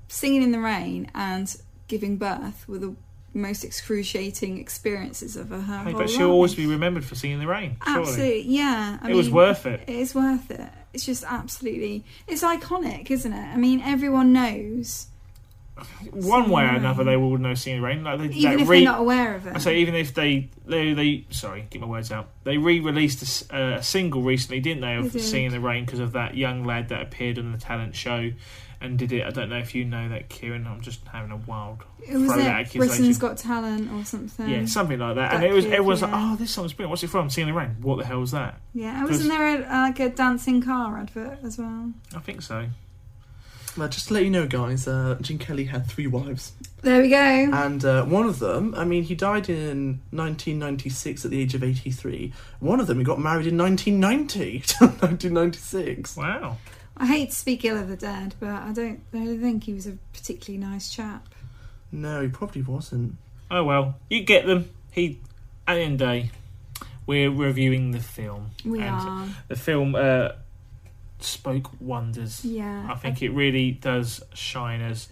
Speaker 1: singing in the rain and giving birth were the most excruciating experiences of her. whole
Speaker 3: Hey, but she'll always
Speaker 1: life.
Speaker 3: be remembered for Singing in the Rain. Surely.
Speaker 1: Absolutely, yeah. I
Speaker 3: it was
Speaker 1: mean,
Speaker 3: worth it.
Speaker 1: It is worth it. It's just absolutely. It's iconic, isn't it? I mean, everyone knows,
Speaker 3: One way or
Speaker 1: Singing in the
Speaker 3: another,
Speaker 1: Rain.
Speaker 3: they will know Singing in the Rain. Like they,
Speaker 1: even
Speaker 3: that
Speaker 1: if
Speaker 3: re-
Speaker 1: they're not aware of it.
Speaker 3: I say even if they they, they sorry, get my words out. They re-released a s- uh, a, single recently, didn't they, of
Speaker 1: They did.
Speaker 3: "Singing in the Rain" because of that young lad that appeared on the talent show and did it. I don't know if you know that, Kieran. I'm just having a wild,
Speaker 1: it was
Speaker 3: throw that
Speaker 1: it
Speaker 3: accusation.
Speaker 1: Britain's Got Talent or something.
Speaker 3: yeah, something like that. And
Speaker 1: that
Speaker 3: it was
Speaker 1: kid,
Speaker 3: everyone's like,
Speaker 1: yeah.
Speaker 3: "Oh, this song's brilliant. What's it from? Singing in the Rain. What the hell's that?"
Speaker 1: yeah. Wasn't there a, like a dancing car advert as well?
Speaker 3: I think so.
Speaker 2: Well, just to let you know, guys, uh, Gene Kelly had three wives.
Speaker 1: There we go.
Speaker 2: And uh, one of them, I mean, he died in 1996 at the age of 83. One of them, he got married in 1990 to 1996.
Speaker 3: Wow.
Speaker 1: I hate to speak ill of the dad, but I don't really think he was a particularly nice chap.
Speaker 2: No, he probably wasn't.
Speaker 3: Oh well, you get them. He at the end of the day, we're reviewing the film.
Speaker 1: We
Speaker 3: and
Speaker 1: are.
Speaker 3: The film uh, spoke wonders.
Speaker 1: Yeah.
Speaker 3: I think it really does shine as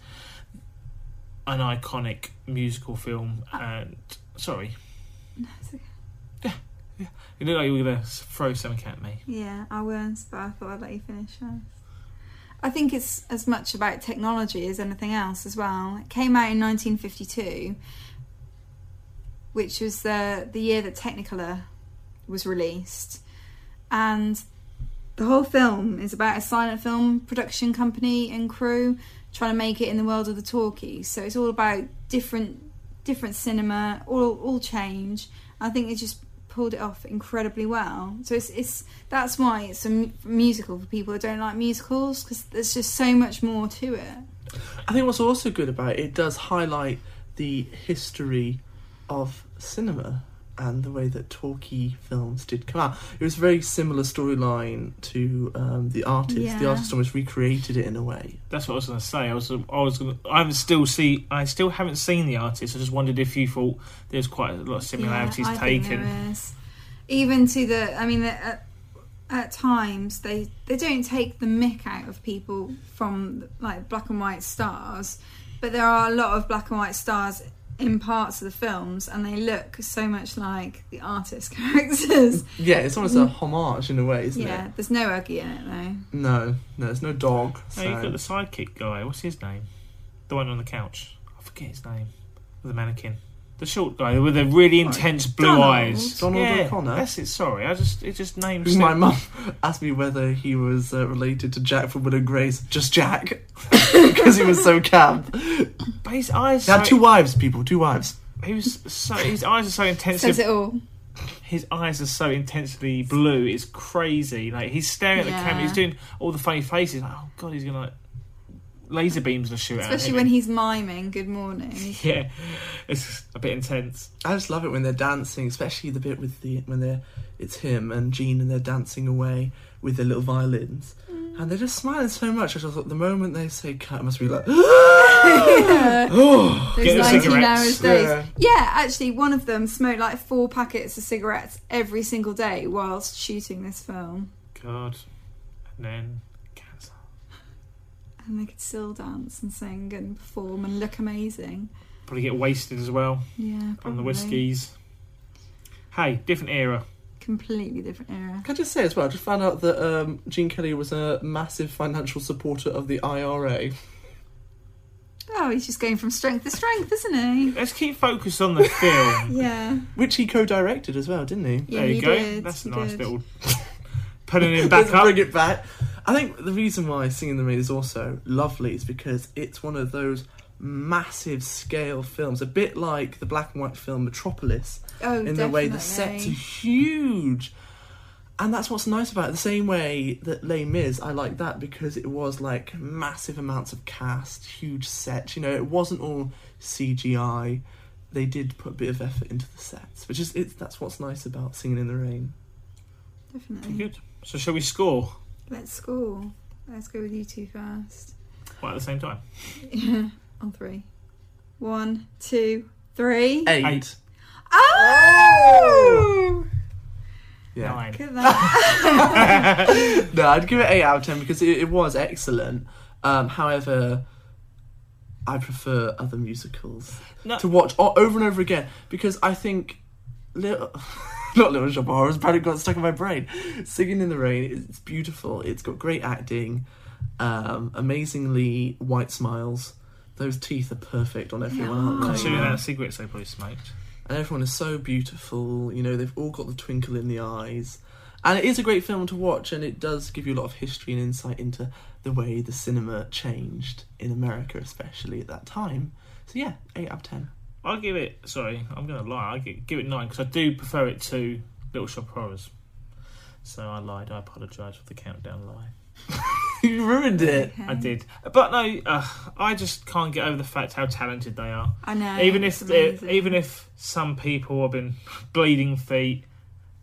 Speaker 3: an iconic musical film.
Speaker 2: Ah.
Speaker 3: And sorry,
Speaker 1: No, it's okay.
Speaker 3: you look like you were gonna s- throw something at me.
Speaker 1: Yeah, I was, but I thought I'd let you finish first. I think it's as much about technology as anything else as well. It came out in 1952, which was the the year that Technicolor was released, and the whole film is about a silent film production company and crew trying to make it in the world of the talkies. So it's all about different different cinema, all all change. I think it just pulled it off incredibly well. So it's it's that's why it's a mu- musical for people who don't like musicals because there's just so much more to it.
Speaker 2: I think what's also good about it, it does highlight the history of cinema and the way that talkie films did come out. It was a very similar storyline to um, The Artist. The
Speaker 1: Yeah.
Speaker 2: Artist almost recreated it in a way.
Speaker 3: That's what I was gonna say. I was, I was gonna. I haven't still see. I still haven't seen the artist. I just wondered if you thought there's quite a lot of similarities
Speaker 1: Yeah, I think
Speaker 3: taken.
Speaker 1: there is. Even to the, I mean, at, at times they they don't take the mick out of people from like black and white stars, but there are a lot of black and white stars in parts of the films, and they look so much like the artist characters.
Speaker 2: Yeah, it's almost a homage in a way, isn't
Speaker 1: Mm. yeah,
Speaker 2: it?
Speaker 1: there's no Uggy in it though.
Speaker 2: No, no, there's no dog.
Speaker 3: No,
Speaker 2: So.
Speaker 3: Oh, you've got the sidekick guy. What's his name? The one on the couch. I forget his name. With the mannequin. The short guy with the really
Speaker 2: Right.
Speaker 3: intense blue
Speaker 1: Donald.
Speaker 3: eyes.
Speaker 2: Donald
Speaker 3: yeah,
Speaker 2: O'Connor?
Speaker 3: That's it. Sorry, I just it just names.
Speaker 2: My mum asked me whether he was uh, related to Jack from Will and Grace. Just Jack, because he was so camp.
Speaker 3: But his eyes.
Speaker 2: He had
Speaker 3: so,
Speaker 2: two wives, people, two wives.
Speaker 3: He was so. His eyes are so
Speaker 1: Says
Speaker 3: intensive.
Speaker 1: it all.
Speaker 3: His eyes are so intensely blue. It's crazy. Like he's staring at the camera.
Speaker 1: Yeah.
Speaker 3: He's doing all the funny faces. Like, oh god, he's gonna like laser beams gonna shoot
Speaker 1: Especially
Speaker 3: at
Speaker 1: when
Speaker 3: him.
Speaker 1: he's miming Good Morning.
Speaker 3: Yeah, it's a bit intense.
Speaker 2: I just love it when they're dancing, especially the bit with the when they're it's him and Jean and they're dancing away with their little violins, and they're just smiling so much. I just thought the moment they say cut, it must be like,
Speaker 1: Yeah.
Speaker 2: oh,
Speaker 1: Those
Speaker 3: Get the
Speaker 1: 19
Speaker 3: cigarettes.
Speaker 1: hours days.
Speaker 2: Yeah.
Speaker 1: Yeah. actually, one of them smoked like four packets of cigarettes every single day whilst shooting this film,
Speaker 3: God, and then cancer.
Speaker 1: and they could still dance and sing and perform and look amazing.
Speaker 3: Probably get wasted as well.
Speaker 1: Yeah, probably.
Speaker 3: on the whiskies. Hey, different era.
Speaker 1: Completely different era.
Speaker 2: Can I just say as well? I just found out that um, Gene Kelly was a massive financial supporter of the IRA.
Speaker 1: Oh, he's just going from strength to strength, isn't he?
Speaker 3: Let's keep focused on the film.
Speaker 1: Yeah.
Speaker 2: Which he co-directed as well, didn't he?
Speaker 1: Yeah,
Speaker 3: there
Speaker 1: he
Speaker 3: you go.
Speaker 1: Did.
Speaker 3: That's a
Speaker 1: he
Speaker 3: nice
Speaker 1: did.
Speaker 3: little putting him back
Speaker 2: Let's
Speaker 3: up.
Speaker 2: Bring it back. I think the reason why Singing in the Rain is also lovely is because it's one of those massive scale films, a bit like the black and white film Metropolis,
Speaker 1: Oh,
Speaker 2: in
Speaker 1: definitely.
Speaker 2: the way the sets are huge. And that's what's nice about it. The same way that Les Mis, I like that because it was like massive amounts of cast, huge sets. You know, it wasn't all CGI. They did put a bit of effort into the sets, which is it's, that's what's nice about Singing in the Rain.
Speaker 1: Definitely.
Speaker 3: Good. So shall we score?
Speaker 1: Let's score. Let's go with you two first.
Speaker 3: Right at the same time.
Speaker 1: Yeah, on three. One, two, three.
Speaker 2: Eight.
Speaker 3: Eight.
Speaker 1: Oh!
Speaker 2: Yeah.
Speaker 3: Nine.
Speaker 1: Look at that.
Speaker 2: No, I'd give it 8 out of 10 because it, it was excellent. Um, however, I prefer other musicals
Speaker 3: No.
Speaker 2: to watch o- over and over again because I think. Little, not Little Shop of Horrors, but it got stuck in my brain. Singing in the Rain, it's beautiful. It's got great acting, um, amazingly white smiles. Those teeth are perfect on everyone, aren't they?
Speaker 3: Considering that cigarettes they probably smoked.
Speaker 2: and everyone is so beautiful. You know, they've all got the twinkle in the eyes, and it is a great film to watch, and it does give you a lot of history and insight into the way the cinema changed in America, especially at that time. So yeah, eight out of ten.
Speaker 3: I'll give it. Sorry, I'm going to lie. I give, give it nine because I do prefer it to Little Shop of Horrors. So I lied. I apologise for the countdown lie.
Speaker 2: you ruined it.
Speaker 1: Okay.
Speaker 3: I did, but no, uh, I just can't get over the fact how talented they are.
Speaker 1: I know.
Speaker 3: even
Speaker 1: it's
Speaker 3: if
Speaker 1: amazing.
Speaker 3: even if some people have been bleeding feet,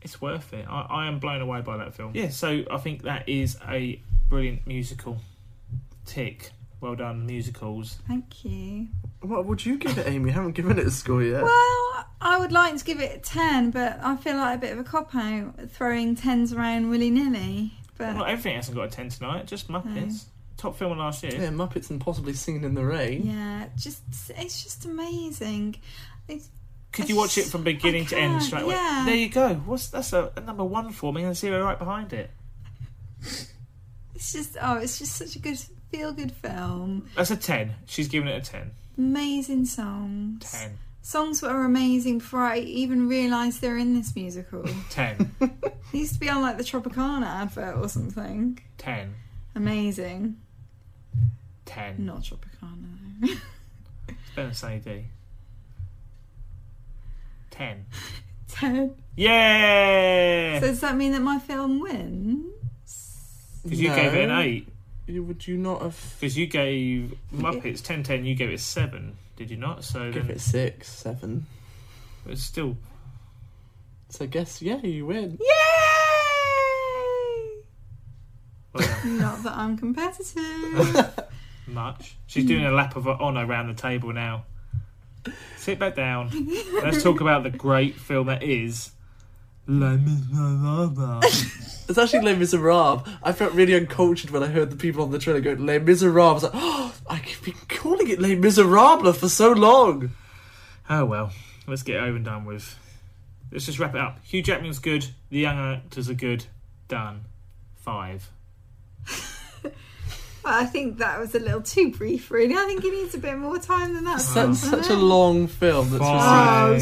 Speaker 3: it's worth it. I, I am blown away by that film.
Speaker 2: Yeah.
Speaker 3: So I think that is a brilliant musical. Tick. Well done, musicals.
Speaker 1: Thank you.
Speaker 2: What would you give it, Amy? You haven't given it a score yet.
Speaker 1: Well, I would like to give it a 10, but I feel like a bit of a cop out throwing 10s around willy nilly. But
Speaker 3: Not everything hasn't got a ten tonight. Just Muppets. Top film of last year.
Speaker 2: Yeah, Muppets and possibly Singing in the Rain.
Speaker 1: yeah, just it's just amazing.
Speaker 3: Could you watch it from beginning to
Speaker 1: can,
Speaker 3: end straight away?
Speaker 1: yeah.
Speaker 3: There you go. What's that's a, a number one for me and a zero right behind it.
Speaker 1: It's just oh, it's just such a good feel good film.
Speaker 3: That's a ten. She's giving it a ten.
Speaker 1: Amazing songs.
Speaker 3: Ten.
Speaker 1: Songs that are amazing before I even realised they're in this musical. it
Speaker 3: Ten.
Speaker 1: used to be on like the Tropicana advert or something.
Speaker 3: ten.
Speaker 1: Amazing.
Speaker 3: Ten.
Speaker 1: Not Tropicana though.
Speaker 3: It's better than Sunny D. Ten.
Speaker 1: 10.
Speaker 3: Yeah.
Speaker 2: Eh.
Speaker 1: So does that mean that my film wins?
Speaker 3: Because you gave it an
Speaker 2: No.
Speaker 3: eight.
Speaker 2: You- Would you not have
Speaker 3: Because you gave Muppets 10 10, you gave it 7, did you not? So
Speaker 2: give
Speaker 3: then
Speaker 2: it six, seven?
Speaker 3: it's still.
Speaker 2: So I guess yeah, you win.
Speaker 1: Yay!
Speaker 3: Well, done.
Speaker 1: Not that I'm competitive.
Speaker 3: much.
Speaker 2: Hmm.
Speaker 3: She's doing a lap of honour around the table now. Sit back down. Let's talk about the great film that is. Les Miserables.
Speaker 2: It's actually Les Miserables. I felt really uncultured when I heard the people on the trailer go Les Miserables. I was like, oh, I've been calling it Les Miserables for so long.
Speaker 3: Oh well, let's get it over and done with. Let's just wrap it up. Hugh Jackman's good. The young actors are good. Done. Five.
Speaker 1: Well, I think that was a little too brief, really. I think it needs a bit more time than that.
Speaker 2: Su- such a
Speaker 1: know.
Speaker 2: long film. That's received-
Speaker 1: Oh,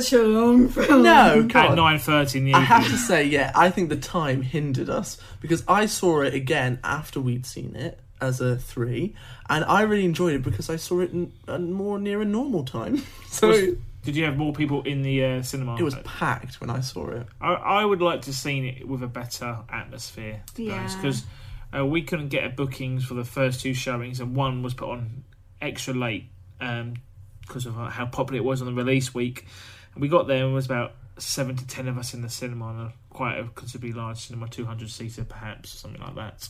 Speaker 1: such a long film.
Speaker 2: no, come
Speaker 3: At
Speaker 2: on.
Speaker 3: nine thirty in the
Speaker 2: I
Speaker 3: evening.
Speaker 2: have to say, yeah, I think the time hindered us because I saw it again after we'd seen it as a three, and I really enjoyed it because I saw it in, uh, more near a normal time. So
Speaker 3: Was- Did you have more people in the uh, cinema?
Speaker 2: it was packed when I saw it.
Speaker 3: I, I would like to seen it with a better atmosphere, to be honest,
Speaker 1: Yeah.
Speaker 3: because uh, we couldn't get a bookings for the first two showings, and one was put on extra late because of how popular it was on the release week. And we got there and it was about seven to ten of us in the cinema, on a quite a considerably large cinema, two hundred seater perhaps, something like that.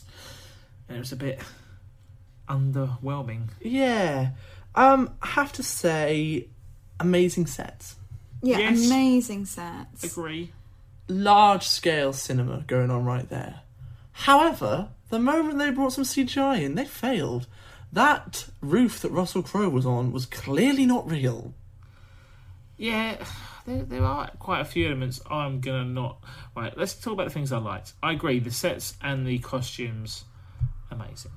Speaker 3: And it was a bit underwhelming.
Speaker 2: Yeah, um, I have to say, amazing sets,
Speaker 1: Yeah,
Speaker 3: Yes.
Speaker 1: amazing sets.
Speaker 3: Agree.
Speaker 2: large scale cinema going on right there. However, the moment they brought some CGI in, they failed. That roof that Russell Crowe was on was clearly not real.
Speaker 3: Yeah, there, there are quite a few elements I'm gonna not. Right, let's talk about the things I liked. I agree, the sets and the costumes, amazing.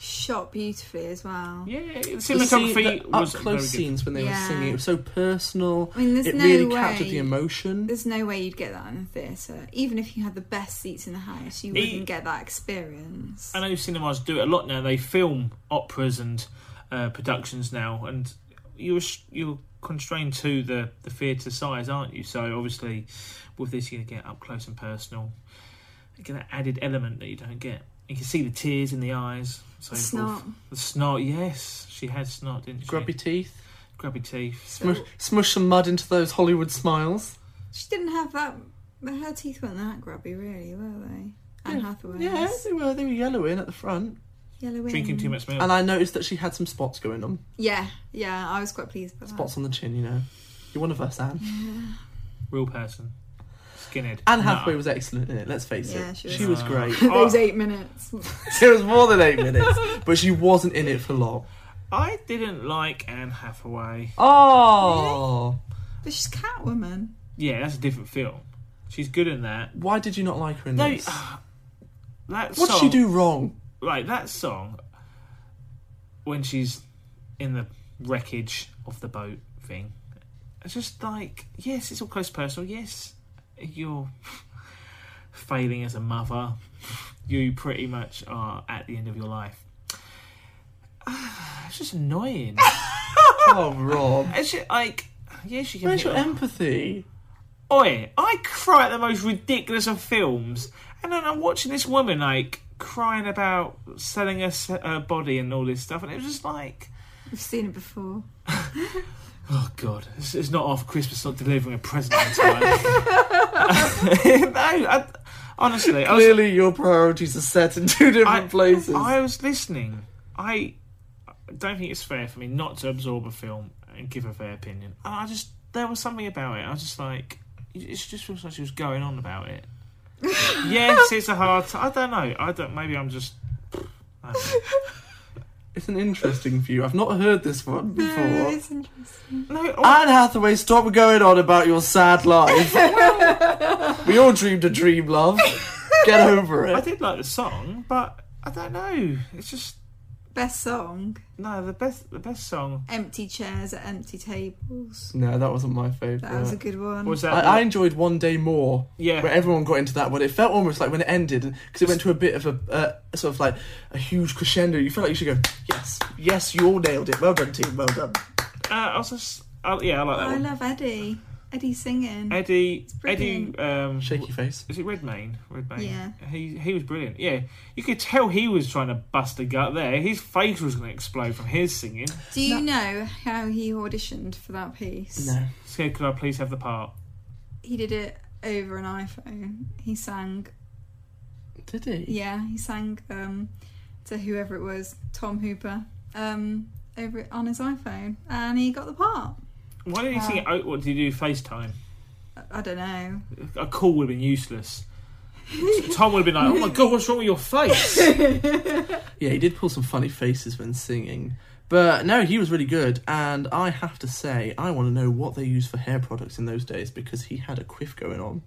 Speaker 1: Shot beautifully as well.
Speaker 3: Yeah, the
Speaker 2: the scene-
Speaker 3: cinematography
Speaker 2: the
Speaker 3: was
Speaker 2: up
Speaker 3: very
Speaker 2: close
Speaker 3: good.
Speaker 2: scenes when they
Speaker 1: Yeah.
Speaker 2: were singing. It was so personal.
Speaker 1: I mean, there's
Speaker 2: it
Speaker 1: no
Speaker 2: really
Speaker 1: way.
Speaker 2: captured the emotion.
Speaker 1: There's no way you'd get that in a theatre. Even if you had the best seats in the house, you
Speaker 3: E-
Speaker 1: wouldn't get that experience.
Speaker 3: I know cinemas do it a lot now. They film operas and uh, productions now, and you're sh- you're constrained to the the theatre size, aren't you? So obviously, with this, you're gonna get up close and personal. You get that added element that you don't get. You can see the tears in the eyes. So forth.
Speaker 1: Snot.
Speaker 3: The snot, yes, she had snot, didn't she?
Speaker 2: Grubby teeth.
Speaker 3: Grubby teeth.
Speaker 2: Smush, smush some mud into those Hollywood smiles.
Speaker 1: She didn't have that. Her teeth weren't that grubby, really, were they? Anne Hathaway's.
Speaker 2: Yeah, they were. They were yellowing at the front,
Speaker 1: Yellow
Speaker 3: Drinking
Speaker 1: in.
Speaker 3: too much milk.
Speaker 2: and I noticed that she had some spots going on.
Speaker 1: Yeah, yeah, I was quite pleased about
Speaker 2: Spots on the chin, you know. You're one of us, Anne.
Speaker 3: Real person. Skinhead.
Speaker 2: Anne
Speaker 3: Nah.
Speaker 2: Hathaway was excellent in it. Let's face
Speaker 1: Yeah,
Speaker 2: it,
Speaker 1: she was.
Speaker 2: great.
Speaker 1: that. Those
Speaker 3: Oh.
Speaker 1: eight minutes.
Speaker 2: it was more than eight minutes, but she wasn't in it for long.
Speaker 3: I didn't like Anne Hathaway.
Speaker 2: Oh,
Speaker 1: But she's Catwoman.
Speaker 3: Yeah, that's a different film. She's good in that.
Speaker 2: why did you not like her in
Speaker 3: No,
Speaker 2: this?
Speaker 3: That
Speaker 2: What did
Speaker 3: song,
Speaker 2: she do wrong?
Speaker 3: Like that song, when she's in the wreckage of the boat thing. It's just like, yes, it's all close personal. Yes, you're failing as a mother. You pretty much are at the end of your life. it's just annoying.
Speaker 2: Oh, Rob,
Speaker 3: It's just like, yeah, she can.
Speaker 2: where's your empathy?
Speaker 3: Oi, I cry at the most ridiculous of films, and then I'm watching this woman like crying about selling us her body and all this stuff, and it was just like,
Speaker 1: We've seen it before.
Speaker 3: oh god, it's, it's not off Christmas, not delivering a present on time. no, I, honestly, I was
Speaker 2: Clearly, your priorities are set in two different
Speaker 3: I-
Speaker 2: places.
Speaker 3: I was listening. I don't think it's fair for me not to absorb a film and give a fair opinion. And I just there was something about it. I was just like, it it just feels like she was going on about it. yes, it's a hard. T- I don't know. I don't. Maybe I'm just. I don't know.
Speaker 2: It's an interesting view. I've not heard this one
Speaker 1: No,
Speaker 2: before.
Speaker 1: it's interesting.
Speaker 3: No, all-
Speaker 2: Anne Hathaway, stop going on about your sad life. we all dreamed a dream, love. Get over
Speaker 3: I
Speaker 2: it.
Speaker 3: did like the song, but I don't know. It's just
Speaker 1: Best song.
Speaker 3: no. The best, the best song
Speaker 1: Empty chairs at empty tables.
Speaker 2: No, that wasn't my favourite.
Speaker 1: That was a good one.
Speaker 3: was that.
Speaker 2: I, I enjoyed One Day More,
Speaker 3: yeah,
Speaker 2: where everyone got into that one. It felt almost like when it ended, because it went to a bit of a uh, sort of like a huge crescendo. You felt like you should go, yes, yes, you all nailed it. Well done, team. Well done.
Speaker 3: uh, I was just. I, yeah, I like that
Speaker 1: I
Speaker 3: one.
Speaker 1: love Eddie. Eddie singing.
Speaker 3: Eddie, Eddie,
Speaker 1: brilliant.
Speaker 3: um,
Speaker 2: Shaky face.
Speaker 3: Is it Redmayne? Redmayne.
Speaker 1: Yeah.
Speaker 3: He he was brilliant. Yeah. You could tell he was trying to bust a gut there. His face was going to explode from his singing.
Speaker 1: Do you know how he auditioned for that piece?
Speaker 2: No.
Speaker 3: So could I please have the part?
Speaker 1: He did it over an iPhone. He sang,
Speaker 2: Did he?
Speaker 1: yeah, he sang um, to whoever it was, Tom Hooper, um, over on his iPhone, and he got the part.
Speaker 3: Why didn't he sing it out? What did he do? FaceTime.
Speaker 1: I- I don't know.
Speaker 3: A call would have been useless. Tom would have been like, "Oh my god, what's wrong with your face?"
Speaker 2: Yeah, he did pull some funny faces when singing. But no, he was really good, and I have to say, I want to know what they used for hair products in those days because he had a quiff going on.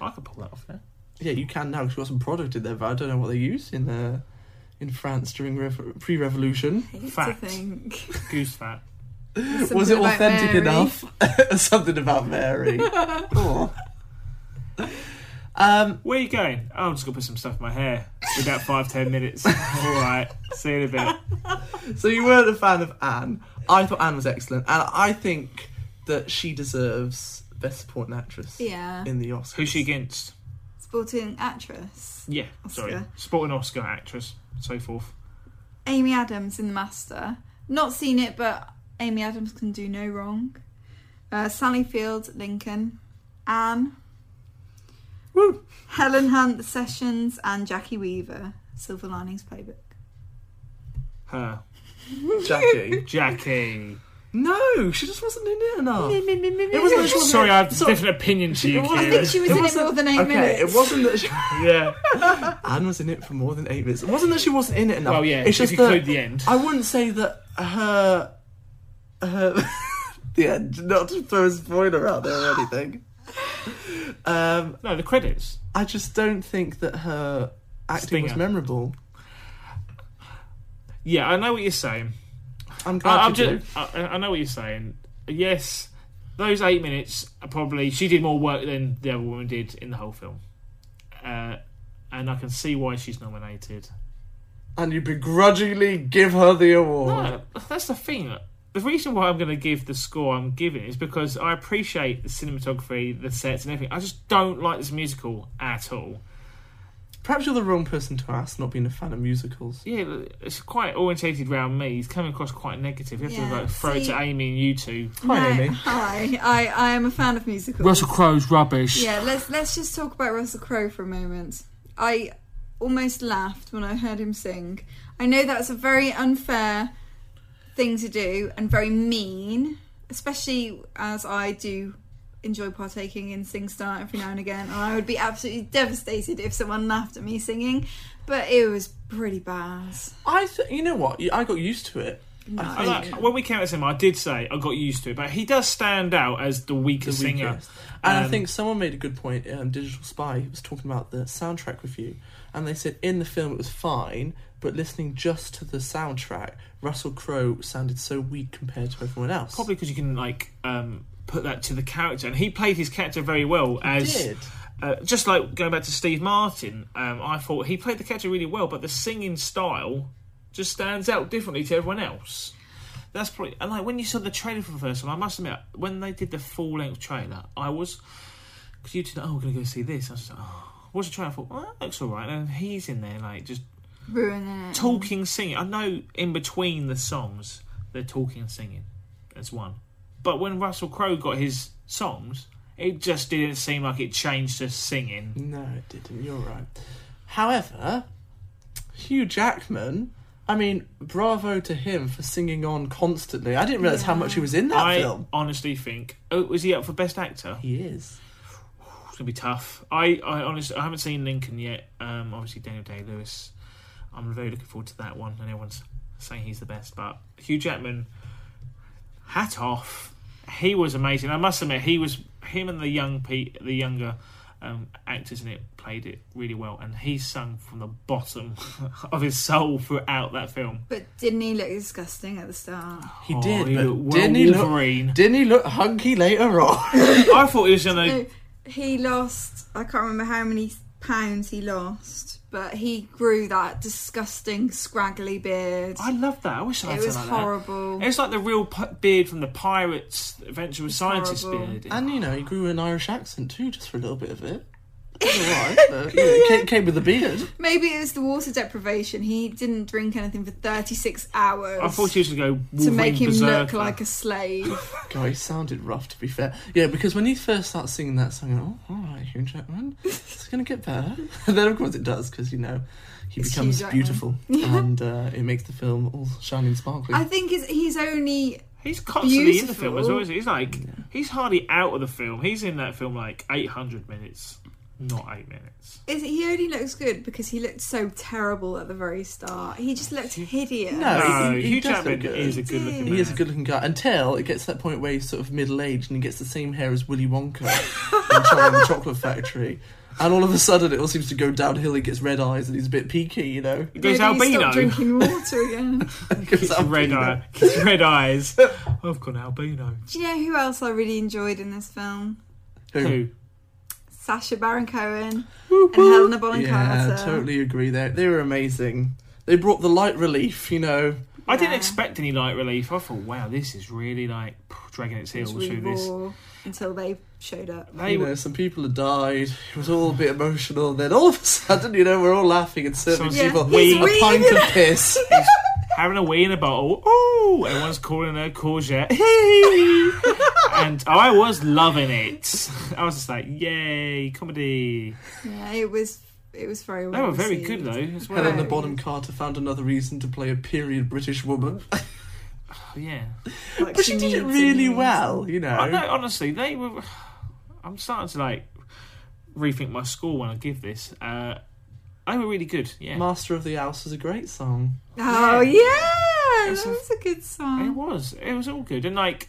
Speaker 3: I could pull that off now.
Speaker 2: Yeah, you can now because we've got some product in there, but I don't know what they used in uh, in France during rev- pre-revolution.
Speaker 1: Hate
Speaker 3: Fact.
Speaker 1: to think.
Speaker 3: Goose fat.
Speaker 2: was
Speaker 1: Something
Speaker 2: it
Speaker 1: about
Speaker 2: authentic
Speaker 1: Mary.
Speaker 2: enough? Something about Mary. Aw. um,
Speaker 3: Where are you going? Oh, I'm just gonna put some stuff in my hair. In about five ten minutes. All right. See you in a bit.
Speaker 2: so you weren't a fan of Anne. I thought Anne was excellent, and I think that she deserves best supporting actress
Speaker 1: Yeah.
Speaker 2: in the Oscars.
Speaker 3: Who's she against?
Speaker 1: Sporting actress.
Speaker 3: Yeah. Sorry.
Speaker 1: Oscar.
Speaker 3: Sporting Oscar actress. So forth.
Speaker 1: Amy Adams in The Master. Not seen it, but Amy Adams can do no wrong. Uh, Sally Fields, Lincoln. Anne.
Speaker 2: Woo.
Speaker 1: Helen Hunt, The Sessions. And Jackie Weaver, Silver Linings Playbook.
Speaker 3: Her.
Speaker 2: Jackie.
Speaker 3: Jackie.
Speaker 2: No, she just wasn't in it enough.
Speaker 1: It
Speaker 2: Oh. It wasn't that she wasn't
Speaker 3: Sorry, I have a
Speaker 2: Sorry.
Speaker 3: different opinion to you,
Speaker 2: It wasn't-
Speaker 1: I think
Speaker 3: Kira.
Speaker 1: she was
Speaker 2: It
Speaker 1: in it
Speaker 2: wasn't-
Speaker 1: more than eight
Speaker 2: okay,
Speaker 1: minutes.
Speaker 2: it wasn't that she,
Speaker 3: Yeah.
Speaker 2: Anne was in it for more than eight minutes. It wasn't that she wasn't in it enough.
Speaker 3: Well, yeah.
Speaker 2: It's just
Speaker 3: if you
Speaker 2: that
Speaker 3: include the end.
Speaker 2: I wouldn't say that her her the end. Not to throw a spoiler out there or anything. Um,
Speaker 3: No, the credits.
Speaker 2: I just don't think that her acting was
Speaker 3: Stinger.
Speaker 2: memorable.
Speaker 3: Yeah, I know what you're saying.
Speaker 2: I'm glad
Speaker 3: I, I'm
Speaker 2: you
Speaker 3: just, I, I know what you're saying. Yes, those eight minutes are probably she did more work than the other woman did in the whole film, uh, and I can see why she's nominated.
Speaker 2: do. and you begrudgingly give her the award.
Speaker 3: No, that's the thing. The reason why I'm going to give the score I'm giving is because I appreciate the cinematography, the sets, and everything. I just don't like this musical at all.
Speaker 2: Perhaps you're the wrong person to ask, not being a fan of musicals.
Speaker 3: Yeah, it's quite orientated round me. He's coming across quite negative. You have
Speaker 1: Yeah,
Speaker 3: to like throw it
Speaker 1: see-
Speaker 3: to Amy and you two.
Speaker 2: Hi,
Speaker 1: No,
Speaker 2: Amy.
Speaker 1: Hi. I, I am a fan of musicals.
Speaker 3: Crowe's rubbish.
Speaker 1: Yeah, let's let's just talk about Russell Crowe for a moment. I almost laughed when I heard him sing. I know that's a very unfair thing to do and very mean, especially as I do enjoy partaking in Sing Star every now and again, and I would be absolutely devastated if someone laughed at me singing. But it was pretty bad.
Speaker 2: I, th- you know what? I got used to it.
Speaker 3: I
Speaker 2: I think
Speaker 3: like, when we came out to him, I did say I got used to it, but he does stand out as the weakest,
Speaker 2: the
Speaker 3: singer.
Speaker 2: weakest. And I
Speaker 3: Um,
Speaker 2: think someone made a good point. Um, Digital Spy was talking about the soundtrack review, and they said in the film it was fine, but listening just to the soundtrack, Russell Crowe sounded so weak compared to everyone else.
Speaker 3: Probably because you can like um, put that to the character, and he played his character very well as
Speaker 2: did.
Speaker 3: Uh, just like going back to Steve Martin, um, I thought he played the character really well, but the singing style just stands out differently to everyone else. That's probably and like when you saw the trailer for the first one, I must admit when they did the full length trailer, I was because you two, oh, we're gonna go see this. I was just like, oh watched the trailer. I thought, oh, that looks all right. And he's in there, like just
Speaker 1: Ruining it.
Speaker 3: talking, singing. I know in between the songs they're talking and singing as one, but when Russell Crowe got his songs, it just didn't seem like it changed to singing.
Speaker 2: No, it didn't. You're right. However, Hugh Jackman. I mean, bravo to him for singing on constantly. I didn't realize how much he was in that
Speaker 3: I
Speaker 2: film.
Speaker 3: honestly think, oh, was he up for Best Actor?
Speaker 2: He is.
Speaker 3: It's gonna be tough. I, I honestly, I haven't seen Lincoln yet. Um, obviously Daniel Day Lewis. I'm very looking forward to that one, and everyone's saying he's the best. But Hugh Jackman, hat off, he was amazing. I must admit, he was him and the young Pete, the younger um, actors in it played it really well, and he sung from the bottom of his soul throughout that film.
Speaker 1: But didn't he look disgusting at the start?
Speaker 2: He
Speaker 3: Oh,
Speaker 2: did.
Speaker 3: he
Speaker 2: but
Speaker 3: looked well
Speaker 2: didn't he look?
Speaker 3: Wolverine.
Speaker 2: Didn't he look hunky later on?
Speaker 3: I thought he was gonna.
Speaker 1: No, he lost. I can't remember how many pounds he lost, but he grew that disgusting scraggly beard.
Speaker 3: I love that. I wish I had
Speaker 1: it was
Speaker 3: something like that.
Speaker 1: horrible.
Speaker 3: It's like the real p- beard from the Pirates Adventure with
Speaker 1: It's
Speaker 3: Scientist
Speaker 1: horrible.
Speaker 3: beard.
Speaker 2: And you know, he grew an Irish accent too, just for a little bit of it. I don't know why, but, you know, it came, came with the beard.
Speaker 1: Maybe it was the water deprivation. He didn't drink anything for 36 hours
Speaker 3: I thought he was going to go
Speaker 1: to make him look
Speaker 3: berserker.
Speaker 1: like a slave.
Speaker 2: God, he sounded rough, to be fair. Yeah, because when he first starts singing that song, I went, oh, all right, Hugh Jackman, it's going to get better. And then, of course, it does, because, you know, he
Speaker 1: It's Hugh
Speaker 2: becomes
Speaker 1: Jackman.
Speaker 2: beautiful. and uh, it makes the film all shining and sparkling.
Speaker 1: I think he's, he's only.
Speaker 3: He's constantly in the
Speaker 1: Beautiful.
Speaker 3: film as well. Isn't he? He's like he's hardly out of the film. He's in that film like eight hundred minutes, not eight minutes.
Speaker 1: Is he only looks good because he looked so terrible at the very start. He just looked hideous.
Speaker 2: No.
Speaker 3: No,
Speaker 2: he- he
Speaker 3: Hugh
Speaker 2: does look
Speaker 3: Jackman
Speaker 2: good.
Speaker 3: is a good looking.
Speaker 1: He
Speaker 2: he
Speaker 3: man.
Speaker 2: is a good looking guy until it gets to that point where he's sort of middle aged and he gets the same hair as Willy Wonka in Charlie and the Chocolate Factory. And all of a sudden, it all seems to go downhill. He gets red eyes and he's a bit peaky, you know.
Speaker 3: He goes
Speaker 1: Maybe he stopped
Speaker 3: albino.
Speaker 1: drinking water again.
Speaker 2: Goes
Speaker 3: It's
Speaker 2: up,
Speaker 3: red
Speaker 2: you know.
Speaker 3: eye. It's red eyes. I've gone albino.
Speaker 1: Do you know who else I really enjoyed in this film?
Speaker 2: Who?
Speaker 3: Who?
Speaker 1: Sasha Baron Cohen and
Speaker 2: woo.
Speaker 1: Helena Bonham
Speaker 2: Yeah,
Speaker 1: Carter.
Speaker 2: totally agree. They they were amazing. They brought the light relief, you know.
Speaker 3: I didn't
Speaker 1: Yeah.
Speaker 3: expect any light relief. I thought, wow, this is really like dragging its
Speaker 1: It
Speaker 3: heels
Speaker 1: was really
Speaker 3: through this.
Speaker 1: raw until they showed up.
Speaker 3: They
Speaker 2: you
Speaker 3: were
Speaker 2: know, some people had died. It was all a bit emotional. Then all of a sudden, you know, we're all laughing and serving
Speaker 3: Someone's-
Speaker 2: people
Speaker 1: Yeah, he's
Speaker 2: a
Speaker 1: reading
Speaker 2: pint of piss.
Speaker 3: having a wee in a bottle. Ooh, everyone's calling her courgette. and oh, I was loving it. I was just like, yay, comedy.
Speaker 1: Yeah, it was it was very well.
Speaker 3: They were very
Speaker 1: received.
Speaker 3: good though. As well.
Speaker 2: Helena
Speaker 1: Right.
Speaker 2: Bonham Carter found another reason to play a period British woman,
Speaker 3: Oh, Yeah.
Speaker 1: Like,
Speaker 2: but she did it
Speaker 1: needs
Speaker 2: really
Speaker 1: needs.
Speaker 2: well, you know.
Speaker 3: I know. Honestly, they were. I'm starting to like rethink my score when I give this. Uh, they were really good. Yeah,
Speaker 2: Master of the House was a great song.
Speaker 1: Oh
Speaker 3: Yeah.
Speaker 1: yeah,
Speaker 3: It's
Speaker 1: that
Speaker 3: a-
Speaker 1: was a good
Speaker 3: it
Speaker 2: Mm.
Speaker 1: song.
Speaker 3: was. It was all good and like.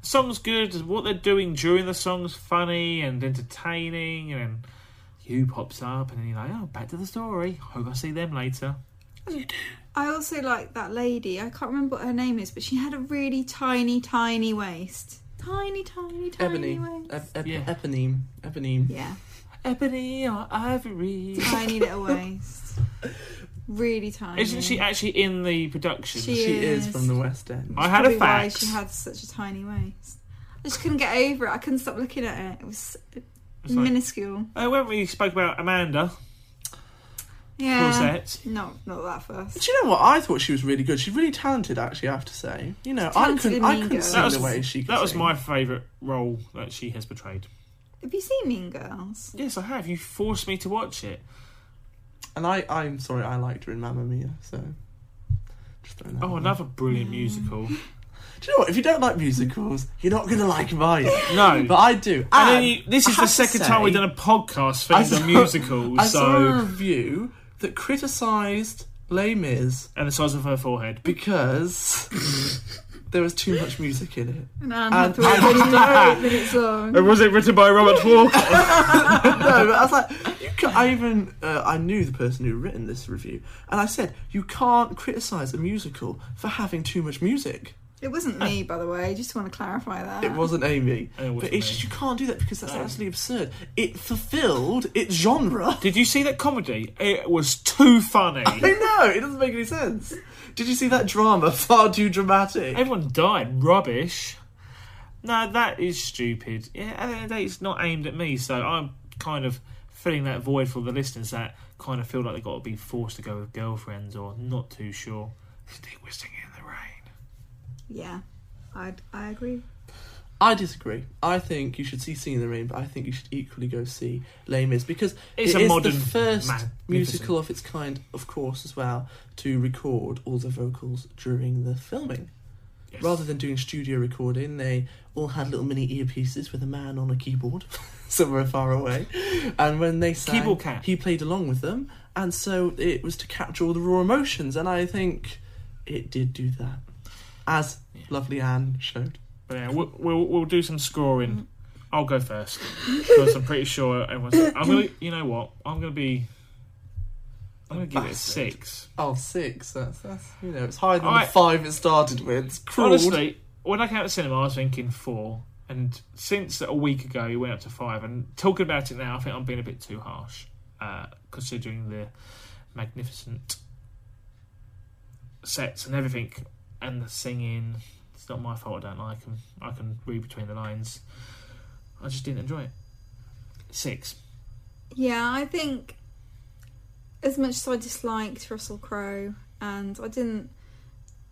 Speaker 3: the Song's good. What they're doing during the song's funny and entertaining, and then Hugh pops up, and then you're like, "Oh, back to the story. Hope I see them later."
Speaker 1: I also like that lady. I can't remember what her name is, but she had a really tiny, tiny waist. Tiny, tiny, tiny
Speaker 2: Ebony,
Speaker 1: waist.
Speaker 2: Ep- ep-
Speaker 3: Yeah.
Speaker 2: Eponine, Eponine.
Speaker 1: yeah,
Speaker 3: Ebony or ivory?
Speaker 1: tiny little waist. Really tiny.
Speaker 3: Isn't she actually in the production?
Speaker 1: She
Speaker 2: She is
Speaker 1: Yes.
Speaker 2: from the West End.
Speaker 3: I had a
Speaker 1: Probably why
Speaker 3: fact.
Speaker 1: she had such a tiny waist. I just couldn't get over it. I couldn't stop looking at it. It was
Speaker 3: It's like-
Speaker 1: minuscule.
Speaker 3: Uh, when we spoke about Amanda
Speaker 1: Yeah.
Speaker 3: Corsett,
Speaker 1: No, not that first.
Speaker 2: Do you know what? I thought she was really good. She's really talented, actually. I have to say. You know, I
Speaker 1: Talented
Speaker 2: couldn't,
Speaker 1: in
Speaker 2: I
Speaker 1: Mean
Speaker 2: couldn't
Speaker 1: Girls.
Speaker 2: sing
Speaker 3: that was
Speaker 2: the way she could.
Speaker 3: that was
Speaker 2: sing.
Speaker 3: my favourite role that she has portrayed.
Speaker 1: Have you seen Mean Girls?
Speaker 3: Yes, I have. You forced me to watch it.
Speaker 2: And I, I'm sorry, I liked her in Mamma Mia. So, just throwing that.
Speaker 3: Oh,
Speaker 2: out
Speaker 3: another brilliant
Speaker 2: Mm.
Speaker 3: musical.
Speaker 2: there. Do you know what? If you don't like musicals, you're not gonna like mine.
Speaker 3: No,
Speaker 2: but I do.
Speaker 3: and then
Speaker 2: And
Speaker 3: you, this
Speaker 2: Ah, I
Speaker 3: is the
Speaker 2: have to
Speaker 3: second time we've
Speaker 2: say-
Speaker 3: done a podcast for
Speaker 2: I
Speaker 3: the
Speaker 2: saw-
Speaker 3: musical.
Speaker 2: I saw a
Speaker 3: so
Speaker 2: review that criticised Les Mis
Speaker 3: and the size of her forehead.
Speaker 2: because there was too much music in it.
Speaker 1: And
Speaker 3: Um,
Speaker 1: Anne
Speaker 2: And-
Speaker 1: Hathaway
Speaker 2: and-
Speaker 1: only did eight minutes long.
Speaker 3: was it written by Robert Hawke?
Speaker 2: no, but I was like, you can I even uh, I knew the person who written this review, and I said you can't criticize a musical for having too much music.
Speaker 1: It wasn't me, by the way. I just want to clarify that.
Speaker 2: It wasn't Amy,
Speaker 3: It wasn't
Speaker 2: but it's just
Speaker 3: me.
Speaker 2: you can't do that because that's
Speaker 3: No.
Speaker 2: absolutely absurd. It fulfilled its genre.
Speaker 3: Did you see that comedy? It was too funny.
Speaker 2: I know it doesn't make any sense. Did you see that drama? Far too dramatic.
Speaker 3: Everyone died. Rubbish. No, that is stupid. Yeah, at the end of the day, it's not aimed at me, so I'm kind of filling that void for the listeners that kind of feel like they've got to be forced to go with girlfriends or not too sure. Stick with singing in the rain.
Speaker 1: Yeah, I I agree.
Speaker 2: I disagree. I think you should see Singing in the Rain, but I think you should equally go see Les Mis because
Speaker 3: It's
Speaker 2: it
Speaker 3: a
Speaker 2: is
Speaker 3: modern
Speaker 2: the first
Speaker 3: magnificent-
Speaker 2: musical of its kind, of course, as well, to record all the vocals during the filming.
Speaker 3: Yes.
Speaker 2: Rather than doing studio recording, they all had little mini earpieces with a man on a keyboard somewhere far away. And when they sang,
Speaker 3: Keyboard cat.
Speaker 2: he played along with them. And so it was to capture all the raw emotions. And I think it did do that, as
Speaker 3: Yeah.
Speaker 2: lovely Anne showed.
Speaker 3: But yeah, we'll, we'll we'll do some scoring. I'll go first because I'm pretty sure everyone's. I'm gonna. You know what? I'm gonna be. I'm gonna give it a
Speaker 2: Bastard.
Speaker 3: six.
Speaker 2: Oh, six. That's, that's you know, it's higher than
Speaker 3: Alright.
Speaker 2: the five it started with. It's cruel.
Speaker 3: Honestly, when I came out of the cinema, I was thinking four, and since a week ago, it went up to five. And talking about it now, I think I'm being a bit too harsh, uh, considering the magnificent sets and everything, and the singing. It's not my fault. I don't like them. I can read between the lines. I just didn't enjoy it. Six.
Speaker 1: Yeah, I think as much as I disliked Russell Crowe and I didn't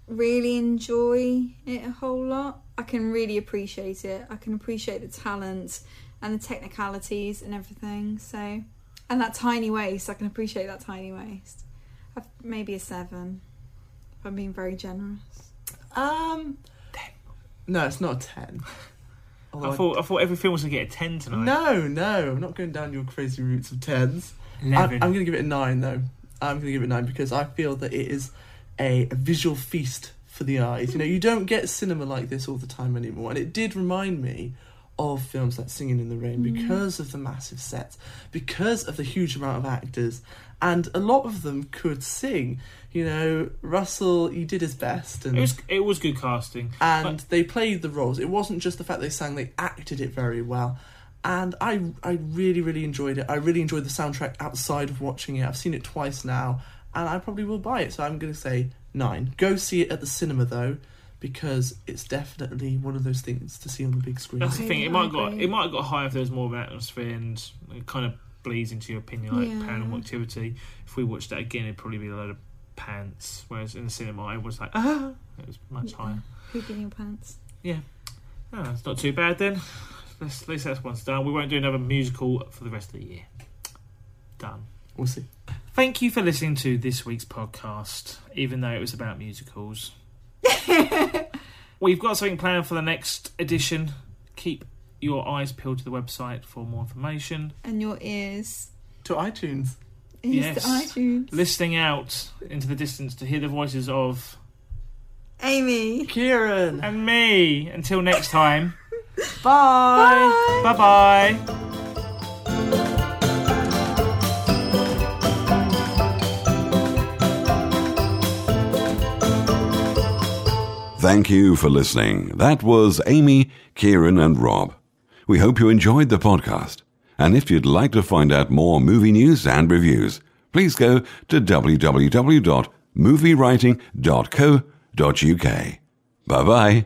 Speaker 1: really enjoy it a whole lot, I can really appreciate it. I can appreciate the talent and the technicalities and everything. So, and that tiny waist, I can appreciate that tiny waist. I've, maybe a seven. If I'm being very generous.
Speaker 2: um, no, it's not a ten. Although
Speaker 3: I thought I thought every film was gonna get a ten tonight.
Speaker 2: No, no, I'm not going down your crazy routes of tens. I, I'm
Speaker 3: Eleven.
Speaker 2: going to give it a nine, though. I'm going to give it a nine because I feel that it is a, a visual feast for the eyes. You know, you don't get cinema like this all the time anymore, and it did remind me of films like Singing in the Rain
Speaker 3: Mm.
Speaker 2: because of the massive sets, because of the huge amount of actors, and a lot of them could sing. You know, Russell, he did his best, and
Speaker 3: it was it was good casting.
Speaker 2: and they played the roles. It wasn't just the fact they sang; they acted it very well. And I, I really, really enjoyed it. I really enjoyed the soundtrack outside of watching it. I've seen it twice now, and I probably will buy it. So I'm going to say nine. Go see it at the cinema though, because it's definitely one of those things to see on the big screen.
Speaker 3: That's the
Speaker 1: Yeah,
Speaker 3: thing. It
Speaker 1: I
Speaker 3: might got
Speaker 1: agree.
Speaker 3: it might have got higher if there was more of an atmosphere and it kind of bleeds into your opinion like
Speaker 1: Yeah.
Speaker 3: Paranormal Activity. If we watched that again, it'd probably be a load of pants. Whereas in the cinema, I was like, ah, it was much
Speaker 1: Yeah.
Speaker 3: higher.
Speaker 1: Poop in your pants.
Speaker 3: Oh, it's not too bad then. Let's, at least that's one's done. We won't do another musical for the rest of the year. Done.
Speaker 2: We'll see.
Speaker 3: Thank you for listening to this week's podcast, even though it was about musicals. We've got something planned for the next edition. Keep your eyes peeled to the website for more information.
Speaker 1: And your ears.
Speaker 2: To iTunes.
Speaker 1: Is
Speaker 3: Yes.
Speaker 1: the iTunes.
Speaker 3: Listening out into the distance to hear the voices of
Speaker 1: Amy.
Speaker 2: Kieran.
Speaker 3: and me. Until next time,
Speaker 2: Bye.
Speaker 3: bye bye.
Speaker 4: Thank you for listening. That was Amy, Kieran, and Rob. We hope you enjoyed the podcast. And if you'd like to find out more movie news and reviews, please go to www.moviewriting.co.uk. Bye bye.